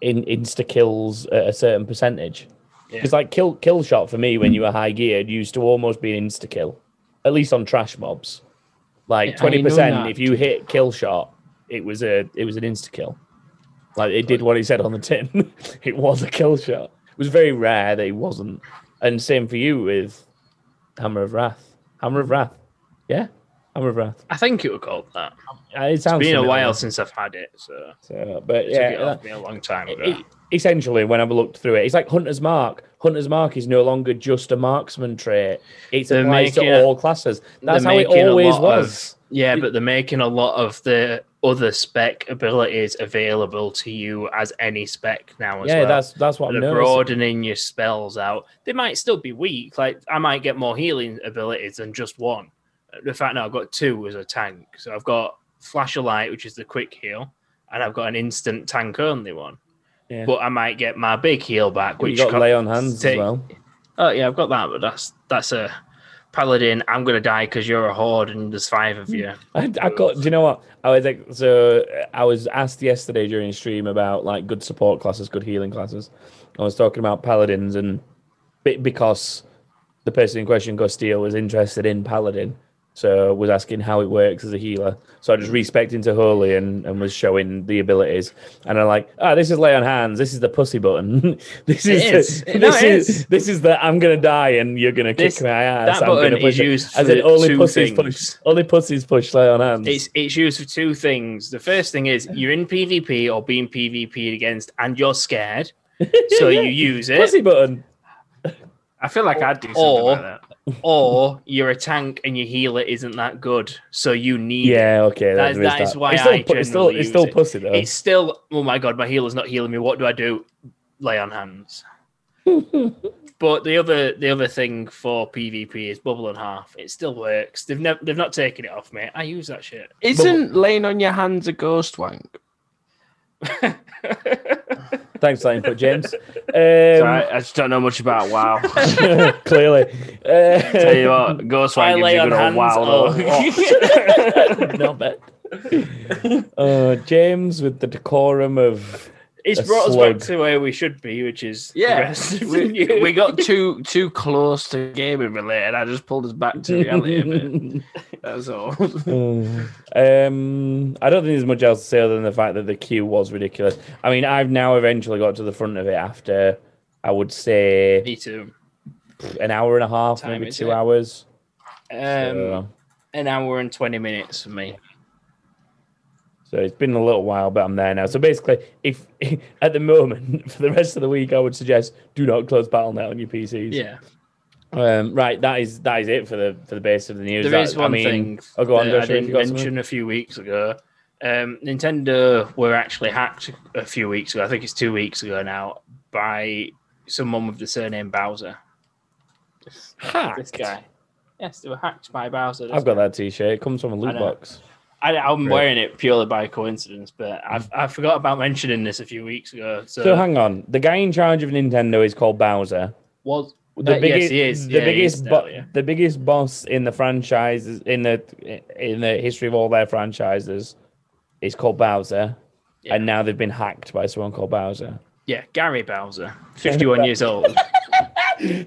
S1: in insta kills at a certain percentage.
S3: Yeah.
S1: Because like kill kill shot for me when you were high geared used to almost be an insta kill, at least on trash mobs. Like
S2: Yeah, I
S1: twenty
S2: know
S1: percent,
S2: that.
S1: if you hit kill shot, it was a it was an insta kill. Like it did what it said on the tin. it was a kill shot. It was very rare that it wasn't. And same for you with Hammer of Wrath. Hammer of Wrath. Yeah, Hammer of Wrath.
S3: I think it was called that.
S1: Uh, It sounds
S3: It's been a
S1: familiar,
S3: while since I've had it, so
S1: So, but
S3: yeah, took it
S1: yeah,
S3: off me a long time ago.
S1: it- essentially, when I've looked through it, it's like Hunter's Mark. Hunter's Mark is no longer just a marksman trait; it's
S3: They're
S1: applies
S3: making a-
S1: to all classes. That's
S3: they're
S1: how it
S3: making a
S1: always
S3: lot
S1: was.
S3: Yeah, but they're making a lot of the other spec abilities available to you as any spec now as
S1: yeah,
S3: well.
S1: that's that's what I'm
S3: they're
S1: noticing.
S3: broadening your spells out. They might still be weak. Like I might get more healing abilities than just one. The fact now I've got two as a tank. So I've got flash of light, which is the quick heal, and I've got an instant tank only one.
S1: Yeah.
S3: but I might get my big heel back,
S1: But
S3: which
S1: you got
S3: co-
S1: lay on hands as
S3: take-
S1: well.
S3: Oh yeah, I've got that, but that's that's a paladin. I'm gonna die because you're a horde and there's five of you.
S1: I, I got. Do you know what? I was like, so uh, I was asked yesterday during stream about like good support classes, good healing classes. I was talking about paladins, and be- because the person in question, Gostio, was interested in paladin, so was asking how it works as a healer. So I just
S3: Mm.
S1: respect into holy and, and was showing the abilities, and I'm like, ah, this is lay on hands. This is the pussy button. this
S3: It
S1: is, the-
S3: is. No,
S1: this
S3: it
S1: is,
S3: is.
S1: this is the I'm gonna die and you're gonna
S3: This-
S1: kick my ass.
S3: that
S1: I'm gonna
S3: button
S1: push
S3: is
S1: it."
S3: used
S1: As
S3: for
S1: in only
S3: two
S1: pussies push
S3: things.
S1: only pussies push lay on hands.
S3: It's it's used for two things. The first thing is you're in PvP or being PvP against, and you're scared, so you use it.
S1: pussy button.
S2: I feel like I'd do something
S3: Or-
S2: like that.
S3: Or you're a tank and your healer isn't that good, so you need it.
S1: Yeah, okay.
S3: That is-
S1: there is
S3: that is why
S1: it's still,
S3: I
S1: pu- it's still,
S3: generally
S1: it's still
S3: use it.
S1: pussy though.
S3: It's still, oh my god, my healer's not healing me. What do I do? Lay on hands. but the other the other thing for PvP is bubble and half. It still works. They've never they've not taken it off me. I use that shit.
S2: Isn't laying on your hands a ghost wank?
S1: Thanks, Lion Foot James.
S2: So
S1: Um,
S2: I, I just don't know much about WoW.
S1: clearly. Uh,
S2: Tell you what, ghost wank
S3: I
S2: gives
S3: lay
S2: you a
S3: on
S2: good old
S3: hands.
S2: WoW.
S3: Oh,
S2: though.
S1: Not bad. Uh, James with the decorum of
S3: it's
S1: A
S3: brought us
S1: slug.
S3: back to where we should be, which is the
S2: Yeah,
S3: rest of
S2: we,
S3: you.
S2: we got too too close to gaming related. I just pulled us back to reality. a bit. That's all.
S1: Uh, um, I don't think there's much else to say other than the fact that the queue was ridiculous. I mean, I've now eventually got to the front of it after I would say
S3: me too.
S1: an hour and a half,
S3: Time,
S1: maybe
S3: is
S1: two
S3: it?
S1: hours.
S3: Um,
S1: so, uh,
S3: An hour and twenty minutes for me.
S1: so it's been a little while, but I'm there now. So basically, if at the moment for the rest of the week, I would suggest do not close BattleNet on your PCs.
S3: Yeah,
S1: Um, right. That is that is it for the for the base of the news.
S3: there is
S1: That- I
S3: one
S1: mean,
S3: thing
S1: oh, go on,
S3: that I
S1: Joshua, if
S3: didn't
S1: you got something?
S3: mention a few weeks ago. Um, Nintendo were actually hacked a few weeks ago. I think it's two weeks ago now by someone with the surname Bowser. This
S1: Hacked.
S3: guy. Yes, they were hacked by Bowser.
S1: I've got that T-shirt. It comes from a
S3: I
S1: loot
S3: know.
S1: box.
S3: I, I'm
S1: Great. Mm.
S3: wearing it purely by coincidence, but I've, I forgot about mentioning this a few weeks ago. So,
S1: So hang on, the guy in charge of Nintendo is called Bowser.
S3: was
S1: The
S3: Uh, yes,
S1: biggest,
S3: he is.
S1: the
S3: Yeah, he
S1: biggest,
S3: is now,
S1: bo-
S3: yeah.
S1: the biggest boss in the franchise is- in the in the history of all their franchises is called Bowser,
S3: Yeah.
S1: and now they've been hacked by someone called Bowser.
S3: yeah, Gary Bowser, 51 years old.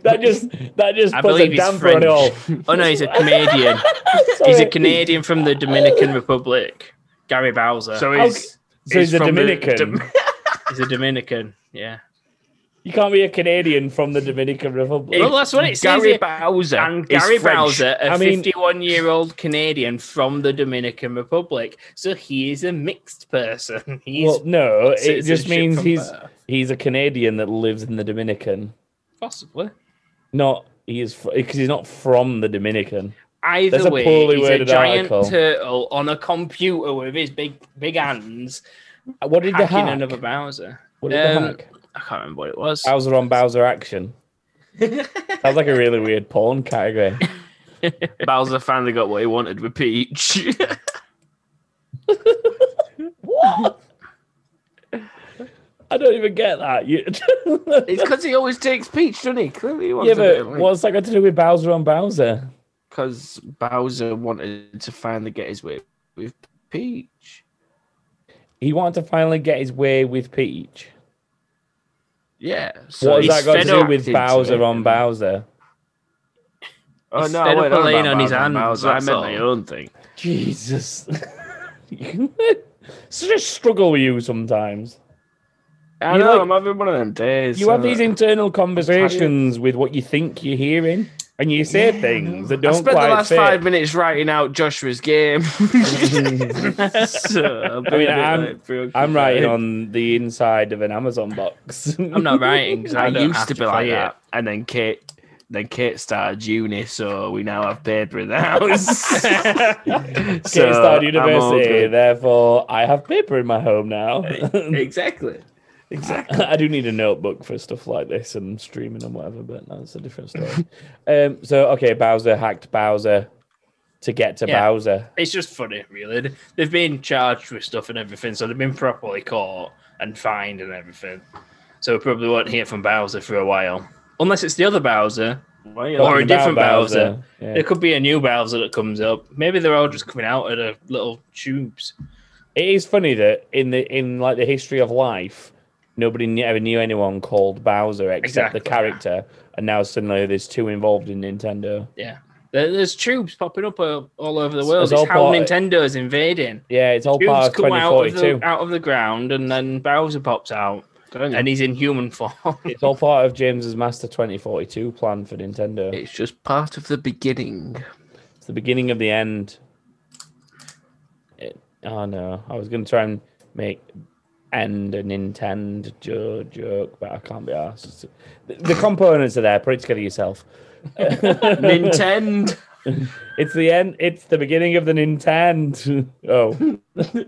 S1: That just that just
S3: I
S1: puts a
S3: believe he's
S1: damper on
S3: French.
S1: it all.
S3: Oh no, he's a Canadian. he's
S1: Sorry.
S3: a Canadian from the Dominican Republic. Gary Bowser.
S2: So
S1: Okay.
S2: he's
S1: So he's, a
S3: from the
S1: Dominican.
S3: Dom- he's a Dominican. Yeah.
S1: you can't be a Canadian from the Dominican Republic.
S3: Well, that's what it says.
S2: Gary
S3: here.
S2: Bowser.
S3: And
S2: is
S3: Gary
S2: French.
S3: Bowser, a
S1: I mean-
S3: 51 year old Canadian from the Dominican Republic. So he is a mixed person. He's
S1: well, no, it just
S3: citizenship
S1: means
S3: from
S1: he's
S3: birth.
S1: he's a Canadian that lives in the Dominican.
S3: possibly.
S1: Not he is because he's not from the Dominican.
S3: Either
S1: That's a
S3: way,
S1: poorly
S3: he's a
S1: worded
S3: giant
S1: article.
S3: turtle on a computer with his big big hands
S1: What did they
S3: hacking
S1: hack?
S3: another Bowser.
S1: What did
S3: um,
S1: they hack?
S3: I can't remember what it was.
S1: Bowser on Bowser action. Sounds like a really weird porn category.
S2: Bowser finally got what he wanted with Peach.
S1: What? I don't even get that. You...
S2: it's because he always takes Peach, doesn't he? Clearly, he wants
S1: yeah,
S2: a bit
S1: but
S2: of, like,
S1: what's that got to do with Bowser on Bowser?
S2: because Bowser wanted to finally get his way with Peach.
S1: He wanted to finally get his way with Peach.
S2: Yeah. So
S1: What has that
S2: he's
S1: got to
S2: fed
S1: do
S2: up
S1: with
S2: into
S1: Bowser
S2: it.
S1: on Bowser?
S2: Oh
S3: He's
S2: no,
S3: fed
S2: I
S3: up
S2: went
S3: with
S2: on
S3: laying
S2: about
S3: on his
S2: Bowser and
S3: hands,
S2: Bowser. I
S3: that's
S2: meant
S3: all.
S2: my own thing.
S1: Jesus. Such a struggle with you sometimes.
S2: I
S1: You
S2: know.
S1: like-
S2: I'm having one of them days.
S1: You
S2: so-
S1: have these internal conversations with what you think you're hearing, and you say things that
S2: I
S1: don't
S2: spent the
S1: quite
S2: last
S1: fit.
S2: five minutes writing out Joshua's game. so I'll be
S1: I mean,
S2: a bit,
S1: I'm-
S2: like, preoccupied.
S1: I'm writing on the inside of an Amazon box.
S3: I'm not writing because I,
S2: I
S3: don't
S2: used
S3: have
S2: to be like
S3: play
S2: that, and then Kate, then Kate started uni, so we now have paper in the house.
S1: So
S2: So, I'm all
S1: started university,
S2: good.
S1: therefore I have paper in my home now.
S2: exactly, exactly.
S1: I do need a notebook for stuff like this and streaming and whatever, but that's a different story. um, so okay, Bowser hacked Bowser. to get to
S3: Yeah.
S1: Bowser.
S3: It's just funny, really. They've been charged with stuff and everything, so they've been properly caught and fined and everything. So we probably won't hear from Bowser for a while, unless it's the other Bowser or
S1: Talking
S3: a
S1: about
S3: different Bowser.
S1: Yeah.
S3: There could be a new Bowser that comes up. Maybe they're all just coming out of the little tubes.
S1: It is funny that in the in like the history of life, nobody knew, ever knew anyone called Bowser except
S3: Exactly,
S1: the character, and now suddenly there's two involved in Nintendo.
S3: There- There's tubes popping up uh, all over the world.
S1: It's
S3: It's,
S1: all
S3: how
S1: part-
S3: Nintendo's invading.
S1: Yeah, it's all part
S3: Tubes
S1: of
S3: come out of,
S1: 2042.
S3: the, out of the ground, and then Bowser pops out, and
S2: And
S3: he's in human form.
S1: It's all part of James's Master 2042 plan for Nintendo.
S2: it's just part of the beginning.
S1: It's the beginning of the end. It, oh no, I was going to try and make end a Nintendo jo- joke, but I can't be asked. The, the components are there. Put it together yourself.
S2: Nintendo.
S1: It's the end. It's the beginning of the Nintendo.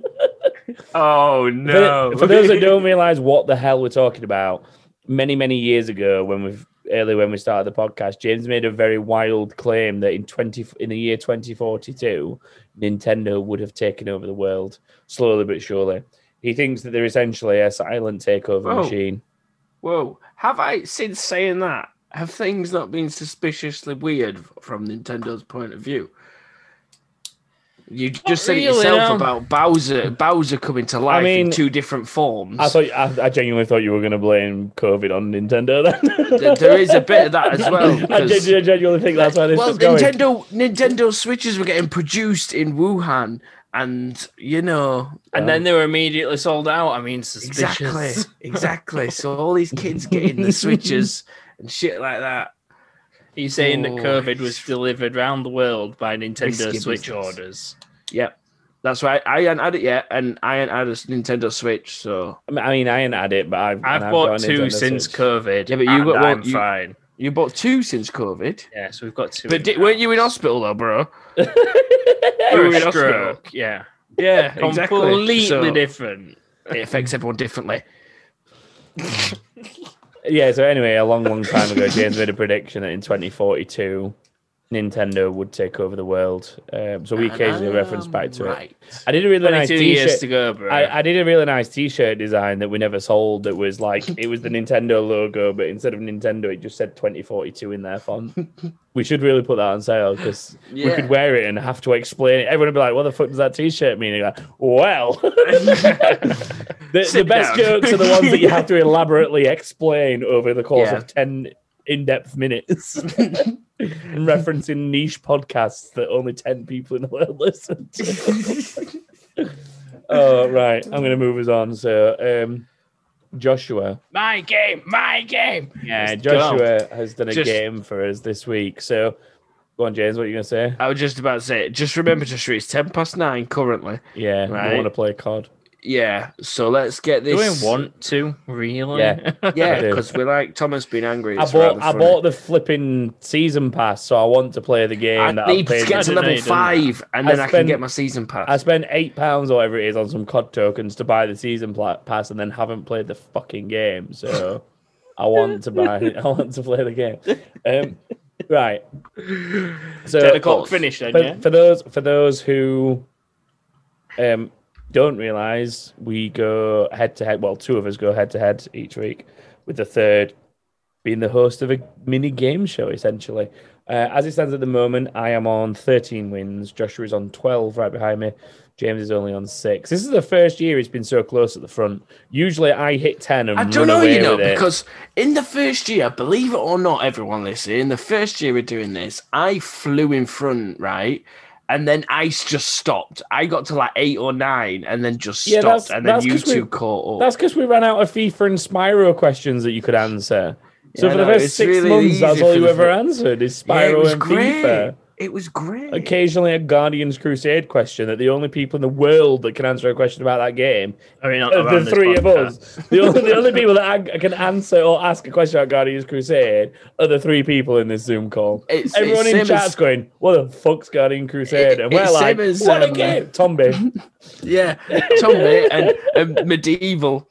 S1: Oh,
S3: oh
S1: for, for those that don't realize what the hell we're talking about, many many years ago, when we've early when we started the podcast, James made a very wild claim that in twenty in the year twenty forty two, Nintendo would have taken over the world slowly but surely. He thinks that they're essentially a silent takeover
S2: Oh.
S1: machine.
S2: Whoa, have I since saying that? Have things not been suspiciously weird from Nintendo's point of view? You just said it
S3: really,
S2: yourself
S3: no.
S2: about Bowser, Bowser coming to life
S1: mean,
S2: in two different forms.
S1: I thought I, I genuinely thought you were going to blame COVID on Nintendo. Then
S2: There- there is a bit of that as well.
S1: I
S2: 'cause-
S1: genu- genuinely think that's why this
S2: well,
S1: is going.
S2: Nintendo Nintendo Switches were getting produced in Wuhan, and you know
S3: And then they were immediately sold out. I mean, suspicious.
S2: exactly, exactly. So all these kids getting the Switches and shit like that.
S3: Are you saying
S2: Oh,
S3: that COVID was
S2: it's-
S3: delivered round the world by Nintendo
S2: Risky
S3: Switch
S2: business.
S3: orders?
S2: Yep. That's right. I ain't had it yet, and I ain't had a Nintendo Switch, so
S1: I mean, I, ain't had it, but I've and
S3: I've
S1: got
S3: bought
S1: a
S3: two
S1: Nintendo
S3: since
S1: Switch.
S3: COVID.
S2: Yeah, but you
S3: and
S2: got one-
S3: I'm
S2: you-
S3: fine.
S2: you bought two since COVID.
S3: Yeah, so we've got two.
S2: But di- weren't you in hospital though, bro?
S3: For
S2: you
S3: a
S2: in hospital?
S3: stroke? Yeah,
S2: Yeah,
S3: completely
S2: So
S3: different.
S2: it affects everyone differently.
S1: Yeah, so anyway, a long, long time ago, James made a prediction that in 2042, Nintendo would take over the world. Um, so we occasionally reference back to it.
S2: right.
S1: I did a really nice
S3: Twenty-two years
S1: t-shirt.
S3: to go, bro.
S1: I, I did a really nice t-shirt design that we never sold. That was like it was the Nintendo logo, but instead of Nintendo, it just said 2042 in their font. we should really put that on sale because we
S2: Yeah.
S1: could wear it and have to explain it. Everyone would be like, "What the fuck does that t-shirt mean?" And you're like, well, the, the
S2: Sit
S1: best
S2: down.
S1: jokes are the ones that you have to elaborately explain over the course
S2: Yeah.
S1: of ten in-depth minutes. And referencing niche podcasts that only 10 people in the world listen to. oh, right. I'm going to move us on. So, um, Joshua.
S3: my game, my game.
S1: Yeah,
S3: Let's
S1: Joshua has done a
S2: Just-
S1: game for us this week. So, go on, James. What are you going to say?
S2: I was just about to say. Just remember to shoot. It's ten past nine currently.
S1: Yeah, I
S2: Right.
S1: want to play COD.
S2: Yeah. So let's get
S3: Do we
S2: this.
S3: want to really?
S1: Yeah. I
S2: Yeah,
S1: do.
S2: because we like Thomas being angry.
S1: I
S2: It's
S1: bought,
S2: rather
S1: I
S2: funny.
S1: bought the flipping season pass, so I want to play the game.
S2: I
S1: that
S2: need
S1: I've
S2: to
S1: paid
S2: get to
S1: money-
S3: I didn't know
S2: level
S3: you done
S2: five, and
S1: I
S2: then I can
S1: spent-
S2: get my season pass.
S1: I spent eight pounds or whatever it is on some COD tokens to buy the season pla- pass, and then haven't played the fucking game. So I want to buy. I want to play the game. Um, right. So
S3: Ten o'clock
S2: course.
S3: finish then.
S1: for,
S3: Yeah.
S1: for those for those who um, don't realize, we go head to head. Well, two of us go head to head each week, with the third being the host of a mini game show, essentially. Uh, as it stands at the moment, I am on 13 wins. Joshua is on 12 right behind me. James is only on six. This is the first year he's been so close at the front. Usually, I hit 10 and
S2: I don't
S1: run
S2: know,
S1: away
S2: you know,
S1: with it.
S2: because in the first year, believe it or not, everyone listening, in the first year of doing this, I flew in front, right? And then I s- just stopped. I got to like eight or nine and then just
S1: Yeah, that's-
S2: stopped. and then
S1: that's
S2: you
S1: 'cause we-
S2: two caught up.
S1: That's because we ran out of FIFA and Spyro questions that you could answer. So
S2: Yeah,
S1: for the
S2: no,
S1: first
S2: it's
S1: six
S2: really
S1: months, that's
S2: easy
S1: all
S2: for
S1: you
S2: the
S1: ever
S2: fir-
S1: answered is
S2: Yeah, it
S1: Spyro
S2: was
S1: and
S2: great.
S1: FIFA.
S2: It was great.
S1: Occasionally, a Guardians Crusade question that the only people in the world that can answer a question about that game
S3: I mean, not
S1: of
S3: around
S1: the
S3: this
S1: three of
S3: podcast.
S1: us. The only, the only people that I can answer or ask a question about Guardians Crusade are the three people in this Zoom call.
S2: It's-
S1: Everyone
S2: it's
S1: in
S2: same
S1: chat's
S2: as-
S1: going, "What the fuck's Guardians Crusade?" And
S2: It-
S1: we're
S2: it's
S1: like,
S2: same as,
S1: "What a
S2: um,
S1: game, Tomby!"
S2: Yeah. Tommy and, and Medieval.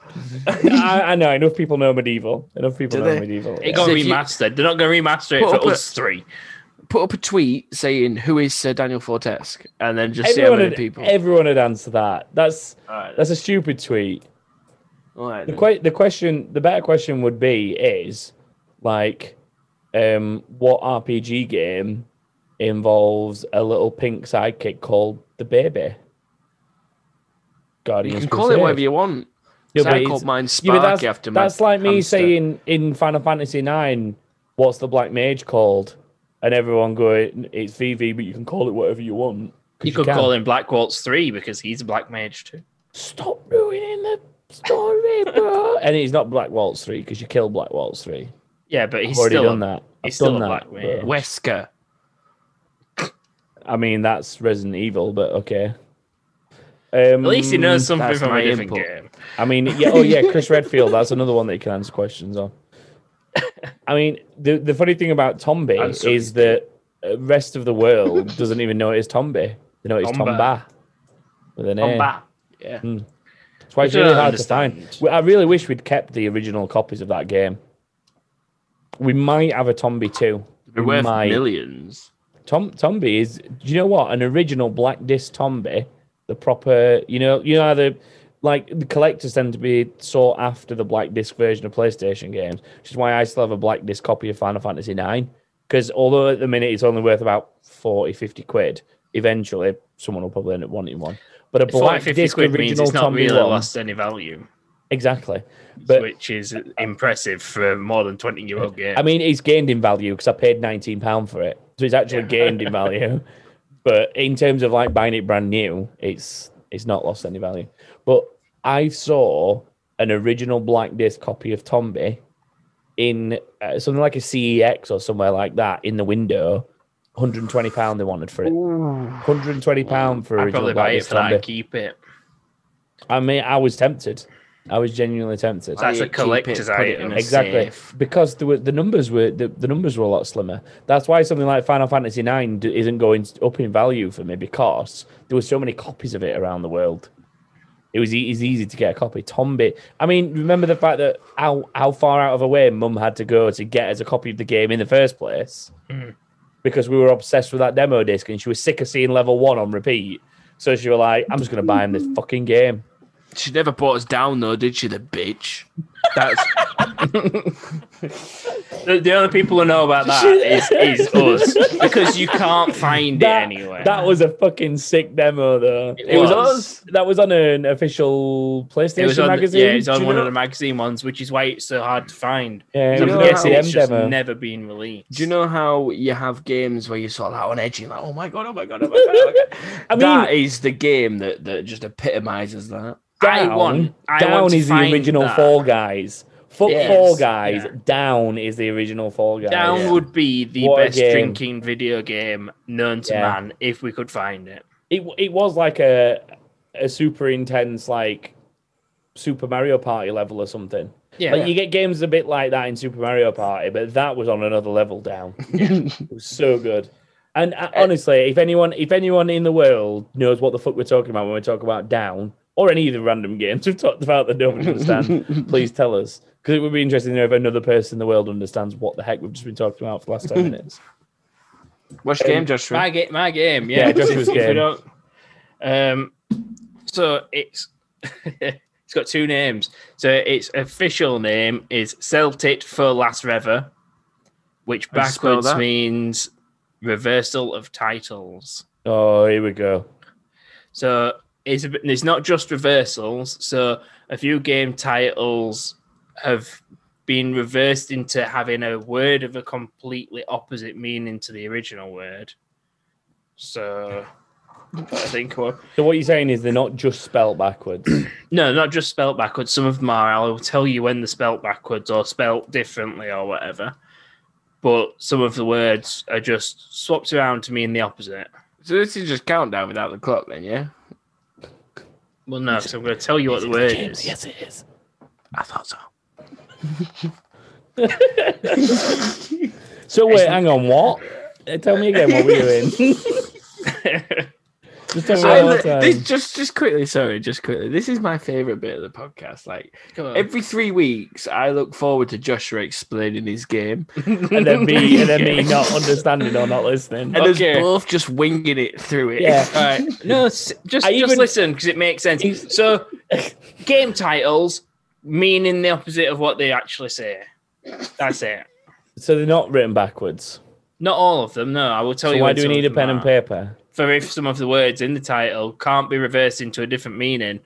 S1: I, I know enough people know medieval. Enough people
S2: Do
S1: know
S2: they?
S1: medieval.
S3: It
S1: yeah.
S2: So
S3: got
S2: if you-
S3: remastered. They're not going to remaster it
S2: Put
S3: for
S2: up a-
S3: us three.
S2: put up a tweet saying who is Sir Daniel Fortesque, and then just see how
S1: Everyone
S2: many
S1: had,
S2: people.
S1: everyone had answered that. That's
S3: All right.
S1: that's a stupid tweet.
S2: All right,
S1: The,
S2: then.
S1: que- the question, the better question would be is like, um, what RPG game involves a little pink sidekick called the baby?
S2: you
S1: Guardians.
S2: can call it
S1: Crusade.
S2: whatever you want.
S1: Yeah,
S2: So
S1: but
S2: I
S1: it's-
S2: called mine
S1: Yeah,
S2: Sparky
S1: but that's,
S2: after my
S1: that's like me
S2: hamster.
S1: saying in Final Fantasy Nine, what's the black mage called? And everyone going, it's VV, but you can call it whatever you want. 'cause
S3: You could call
S1: can."
S3: him Black Waltz 3 because he's a Black Mage too.
S1: Stop ruining the story, bro. and it's not Black Waltz three because you kill Black Waltz three.
S3: Yeah, but he's
S1: I've already
S3: still
S1: done
S3: a-
S1: that.
S3: he's
S1: I've
S3: still
S1: done
S3: a
S1: that.
S3: black mage.
S1: but-
S2: Wesker.
S1: I mean, that's Resident Evil, but okay. Um,
S3: At least he knows something
S2: that's
S3: from
S2: my
S3: a different
S2: input.
S3: game.
S1: I mean, yeah, oh yeah, Chris Redfield. That's another one that you can answer questions on. I mean, the the funny thing about Tombi
S3: I'm sorry.
S1: is that uh, rest of the world doesn't even know it is Tombi. They know it's
S3: Tomba.
S1: Tomba. With an
S3: On
S1: A.
S3: back.
S2: Yeah.
S1: That's why it's
S3: Which I
S1: really
S3: don't
S1: hard to
S3: understand.
S1: find. Well, I really wish we'd kept the original copies of that game. We might have a Tombi too.
S2: They're worth
S1: might.
S2: millions.
S1: Tom Tombi is. Do you know what? An original black disc Tombi, the proper. You know, you know how the like the collectors tend to be sought after the black disc version of PlayStation games, which is why I still have a black disc copy of Final Fantasy Nine. Because although at the minute it's only worth about 40, 50 quid, eventually someone will probably end up wanting one. But a black
S3: 450
S1: disc
S3: quid means
S1: original
S3: it's not
S1: Tombi
S3: really
S1: one,
S3: lost any value,
S1: exactly. But
S3: which is impressive for a more than 20 year old game.
S1: I mean, it's gained in value because I paid nineteen pound for it, so it's actually gained in value. But in terms of like buying it brand new, it's it's not lost any value. But I saw an original black disc copy of Tombi in uh, something like a CEX or somewhere like that in the window. 120 pound they wanted for it. 120 pound for
S3: I'd
S1: original
S3: probably
S1: black
S3: buy it
S1: disc
S3: for that
S1: Tombi.
S3: and keep it.
S1: I mean, I was tempted. I was genuinely tempted.
S3: That's
S2: Buy
S3: a
S2: it, keep it,
S3: collector's
S2: put it in
S3: item.
S2: a
S1: Exactly,
S2: safe.
S1: because the the numbers were the, the numbers were a lot slimmer. That's why something like Final Fantasy Nine d- isn't going up in value for me because there were so many copies of it around the world. It was e- it's easy to get a copy. Tombi, I mean, remember the fact that how how far out of a way Mum had to go to get us a copy of the game in the first place because we were obsessed with that demo disc and she was sick of seeing level one on repeat. So she was like, "I'm just going to buy him this fucking game."
S2: She never brought us down though, did she? The bitch. That's
S3: The, the only people who know about that is, is us because you can't find
S1: That-
S3: it anywhere.
S1: That was a fucking sick demo, though. It, was.
S3: was.
S1: us. That was on an official PlayStation
S3: it was on,
S1: magazine.
S3: yeah, it's
S1: Do
S3: on
S1: you
S3: one
S1: know-
S3: of the magazine ones, which is why it's so hard to find.
S1: Yeah, it
S3: Some
S1: was an
S2: you know
S3: of the
S2: how-
S1: SEM
S3: it's just
S1: E demo.
S3: never been released.
S2: Do you know how you have games where you're sort of like on edge, you're like, oh my god, oh my god, oh my god. Oh my god.
S1: I mean-
S2: that is the game that, that just epitomizes that.
S3: I want. I
S1: down
S3: want to
S1: is
S3: find
S1: the original
S3: that.
S1: Fall Guys. Fuck
S2: Yes,
S1: Fall Guys.
S3: yeah.
S1: Down is the original Fall Guys.
S3: Down
S2: yeah.
S3: would be the
S1: What a
S3: best
S1: game.
S3: drinking video game known to
S1: Yeah.
S3: man if we could find it.
S1: It it was like a a super intense like Super Mario Party level or something.
S3: Yeah.
S1: Like you get games a bit like that in Super Mario Party, but that was on another level down. It was so good. And uh, honestly, if anyone if anyone in the world knows what the fuck we're talking about when we talk about down or any of the random games we've talked about that nobody understands, please tell us because it would be interesting to know if another person in the world understands what the heck we've just been talking about for the last ten minutes.
S2: What's
S1: Um,
S2: the game, Joshua?
S3: My game, my game, yeah.
S1: Yeah, Joshua's
S3: If we
S1: game.
S3: don't- Um, so it's it's got two names. So its official name is Celtic for Last Rever, which
S2: How do you spell
S3: backwards
S2: that?
S3: means reversal of titles.
S1: Oh, here we go.
S3: So it's a bit, it's not just reversals. So a few game titles have been reversed into having a word of a completely opposite meaning to the original word. So I think well,
S1: So what you're saying is they're not just spelt backwards.
S3: no, not just spelt backwards. Some of them are. I'll tell you when they're spelt backwards or spelt differently or whatever. But some of the words are just swapped around to mean the opposite.
S2: So this is just countdown without the clock, then, yeah?
S3: Well, no, so I'm going to tell you what the word is.
S1: yes, it is.
S2: I thought so.
S1: So wait, hang on. What? Uh, Tell me again what we're doing. Just over
S2: I
S1: all
S2: li-
S1: the time.
S2: this, just just quickly, sorry, just quickly. This is my favorite bit of the podcast. Like
S3: Come on.
S2: every three weeks, I look forward to Joshua explaining his game,
S1: and then me and then me
S2: Yeah.
S1: not understanding or not listening.
S2: and us
S3: Okay.
S2: both just winging it through it.
S1: Yeah.
S3: All right. No, s- just
S1: I
S3: just
S1: even-
S3: listen because it makes sense.
S1: He's-
S3: So, game titles meaning the opposite of what they actually say. That's it.
S1: So they're not written backwards.
S3: Not all of them. No, I will tell
S1: So
S3: you.
S1: why
S3: when
S1: do we
S3: some
S1: need a
S3: of them
S1: pen and
S3: are.
S1: paper?
S3: For if some of the words in the title can't be reversed into a different meaning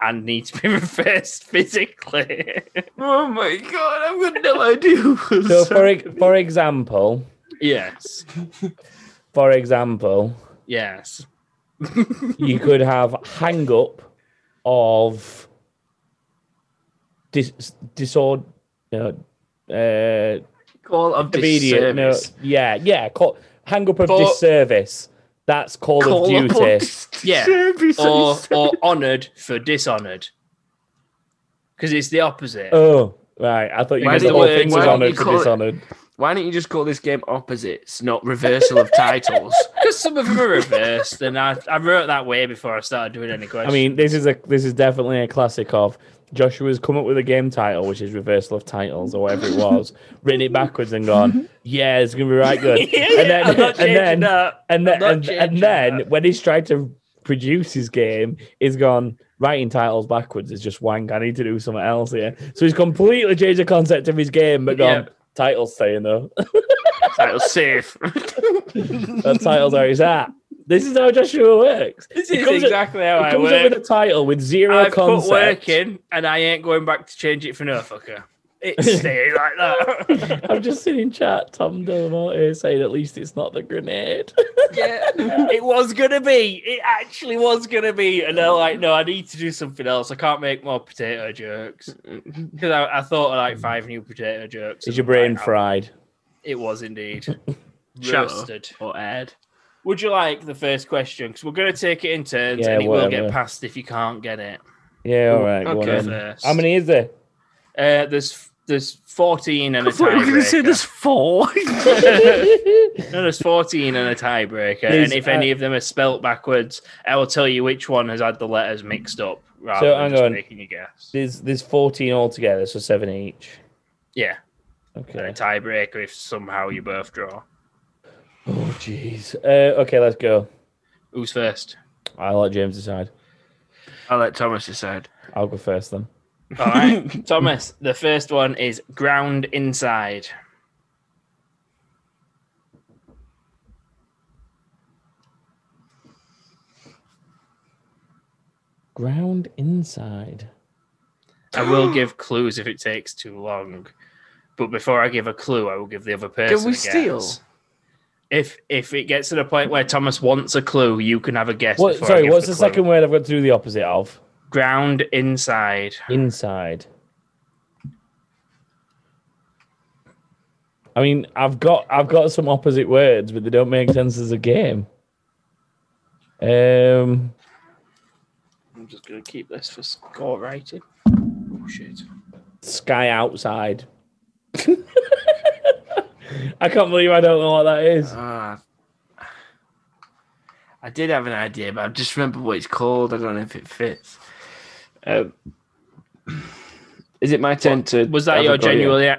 S3: and need to be reversed physically.
S2: Oh my god, I've got no idea.
S1: So for e- for example,
S3: yes.
S1: for example,
S3: Yes.
S1: you could have hang up of dis disord no uh
S2: call of
S1: obedient no
S2: disservice.
S1: yeah yeah call, hang up of
S3: For-
S1: disservice that's call, of
S2: Call
S1: duty
S2: upon disservice, I
S3: Or
S2: said.
S3: or honoured for dishonoured. Because it's the opposite.
S1: oh right i thought you
S3: Why
S1: meant
S3: did
S1: the whole
S3: you-
S1: thing
S3: why
S1: was
S3: did
S2: you
S1: honored for
S2: call it-
S1: dishonored
S2: Why don't you just call this game opposites, not reversal of titles?
S3: Because some of them are reversed, and I, I wrote that way before I started doing any
S1: i
S3: questions.
S1: mean this is a this is definitely a classic of Joshua's come up with a game title, which is reversal of titles or whatever it was, written it backwards and gone, yeah, it's gonna be right good.
S3: yeah,
S1: and then,
S3: I'm not
S1: and
S3: changing
S1: then,
S3: that.
S1: and
S3: I'm
S1: then
S3: not
S1: and, and
S3: changing
S1: then
S3: that.
S1: when he's tried to produce his game, he's gone writing titles backwards is just wank. I need to do something else here. So he's completely changed the concept of his game, but gone
S3: Yeah.
S1: titles staying though.
S3: Title's safe.
S1: the titles are his at. This is how Joshua works.
S3: this
S1: He
S3: is
S1: comes up-
S3: exactly how
S1: He
S3: I
S1: comes up
S3: work.
S1: with a title with 0
S3: I've put
S1: concept.
S3: work in, and I ain't going back to change it for no fucker. It stays like that.
S1: I've just seen in chat Tom Delmonte saying at least it's not the grenade.
S3: yeah, it was gonna be. It actually was gonna be, and they're like, "No, I need to do something else. I can't make more potato jokes." Because I, I thought of like five new potato jokes.
S1: is your brain
S3: Like, I-
S1: fried?
S3: It was indeed.
S2: Shallow.
S3: Roasted.
S2: or Ed?
S3: Would you like the first question? Because we're going to take it in turns
S1: Yeah,
S3: and it will get
S1: whatever.
S3: passed if you can't get it.
S1: Yeah, all right. go on
S2: okay.
S1: then.
S3: First.
S1: How many is there?
S3: Uh, there's there's 14 and a
S2: I thought you were going to say there's
S3: tiebreaker.
S2: four.
S3: No, there's 14 and a tiebreaker.
S1: There's,
S3: And if
S1: uh,
S3: any of them are spelt backwards, I will tell you which one has had the letters mixed up rather
S1: So,
S3: than
S1: hang
S3: just
S1: on.
S3: making you guess.
S1: There's there's 14 altogether, so seven each.
S3: Yeah, and
S1: Okay.
S3: a tiebreaker if somehow you both draw.
S1: Oh jeez. Uh, okay, let's go.
S3: Who's first?
S1: I'll let James decide.
S2: I'll let Thomas decide.
S1: I'll go first then.
S3: All right. Thomas, the first one is ground inside.
S1: Ground inside.
S3: I will give clues if it takes too long. But before I give a clue, I will give the other person.
S2: Can we
S3: a
S2: steal?
S3: guess. If if it gets to the point where Thomas wants a clue, you can have a guess.
S1: What?
S3: before I
S1: Sorry.
S3: give
S1: What's the,
S3: the clue.
S1: second word I've got to do the opposite of?
S3: Ground inside.
S1: Inside. I mean, I've got I've got some opposite words, but they don't make sense as a game. Um.
S3: I'm just gonna keep this for score writing. Oh shit!
S1: sky outside. I can't believe I don't know what that is.
S2: Ah. I did have an idea, but I just remember what it's called. I don't know if it fits. Um, is it my turn to?
S3: Was that
S2: have a
S3: your
S2: go yet?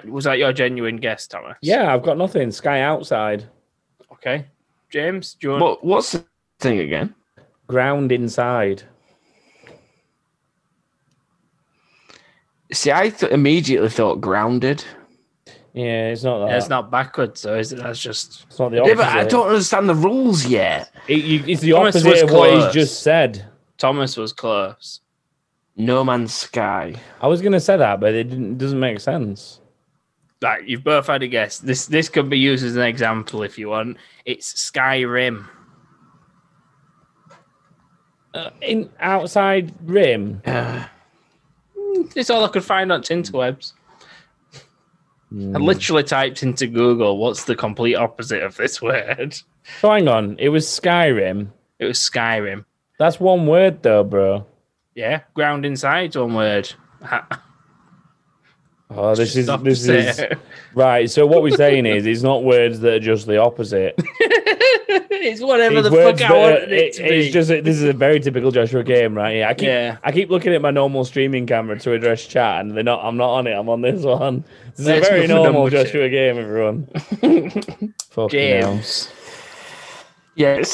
S3: genuine? Was that your genuine guess, Thomas?
S1: Yeah, I've got nothing. Sky outside,
S3: Okay. James, do you want?
S2: What? What's the thing again?
S1: ground inside.
S2: See, I th- immediately thought grounded.
S1: Yeah, it's not that.
S3: That's not backwards, so is it? That's just.
S1: it's not the
S2: Yeah,
S1: opposite.
S2: but I don't understand the rules yet.
S1: It- you- it's the
S3: Thomas
S1: opposite of
S3: was
S1: what he's
S3: close.
S1: just said.
S3: Thomas was close.
S2: No Man's Sky.
S1: I was gonna say that, but it didn't, it doesn't make sense.
S3: Like you've both had a guess. This this could be used as an example if you want. It's Skyrim.
S1: Uh, in outside rim.
S2: Uh,
S3: It's all I could find on Tinterwebs.
S1: Hmm.
S3: I literally typed into Google, "What's the complete opposite of this word?"
S1: So hang on, it was Skyrim.
S3: It was Skyrim.
S1: That's one word though, bro.
S3: Yeah, ground inside one word. Ha-
S1: Oh, this is
S3: Stop
S1: this
S3: saying
S1: is
S3: it.
S1: right. So what we're saying is, it's not words that are just the opposite.
S3: It's whatever
S1: His
S3: the
S1: words
S3: fuck
S1: that
S3: I
S1: are-
S3: wanted it
S1: it-
S3: to
S1: it's
S3: be.
S1: just this is a very typical Joshua game, right? here. I keep
S2: Yeah.
S1: I keep looking at my normal streaming camera to address chat, and they're not. I'm not on it. I'm on this one. This is a
S3: Let's
S1: very
S3: move to
S1: normal
S3: number two.
S1: Joshua game, everyone. Fucking hell.
S3: James.
S2: Yes.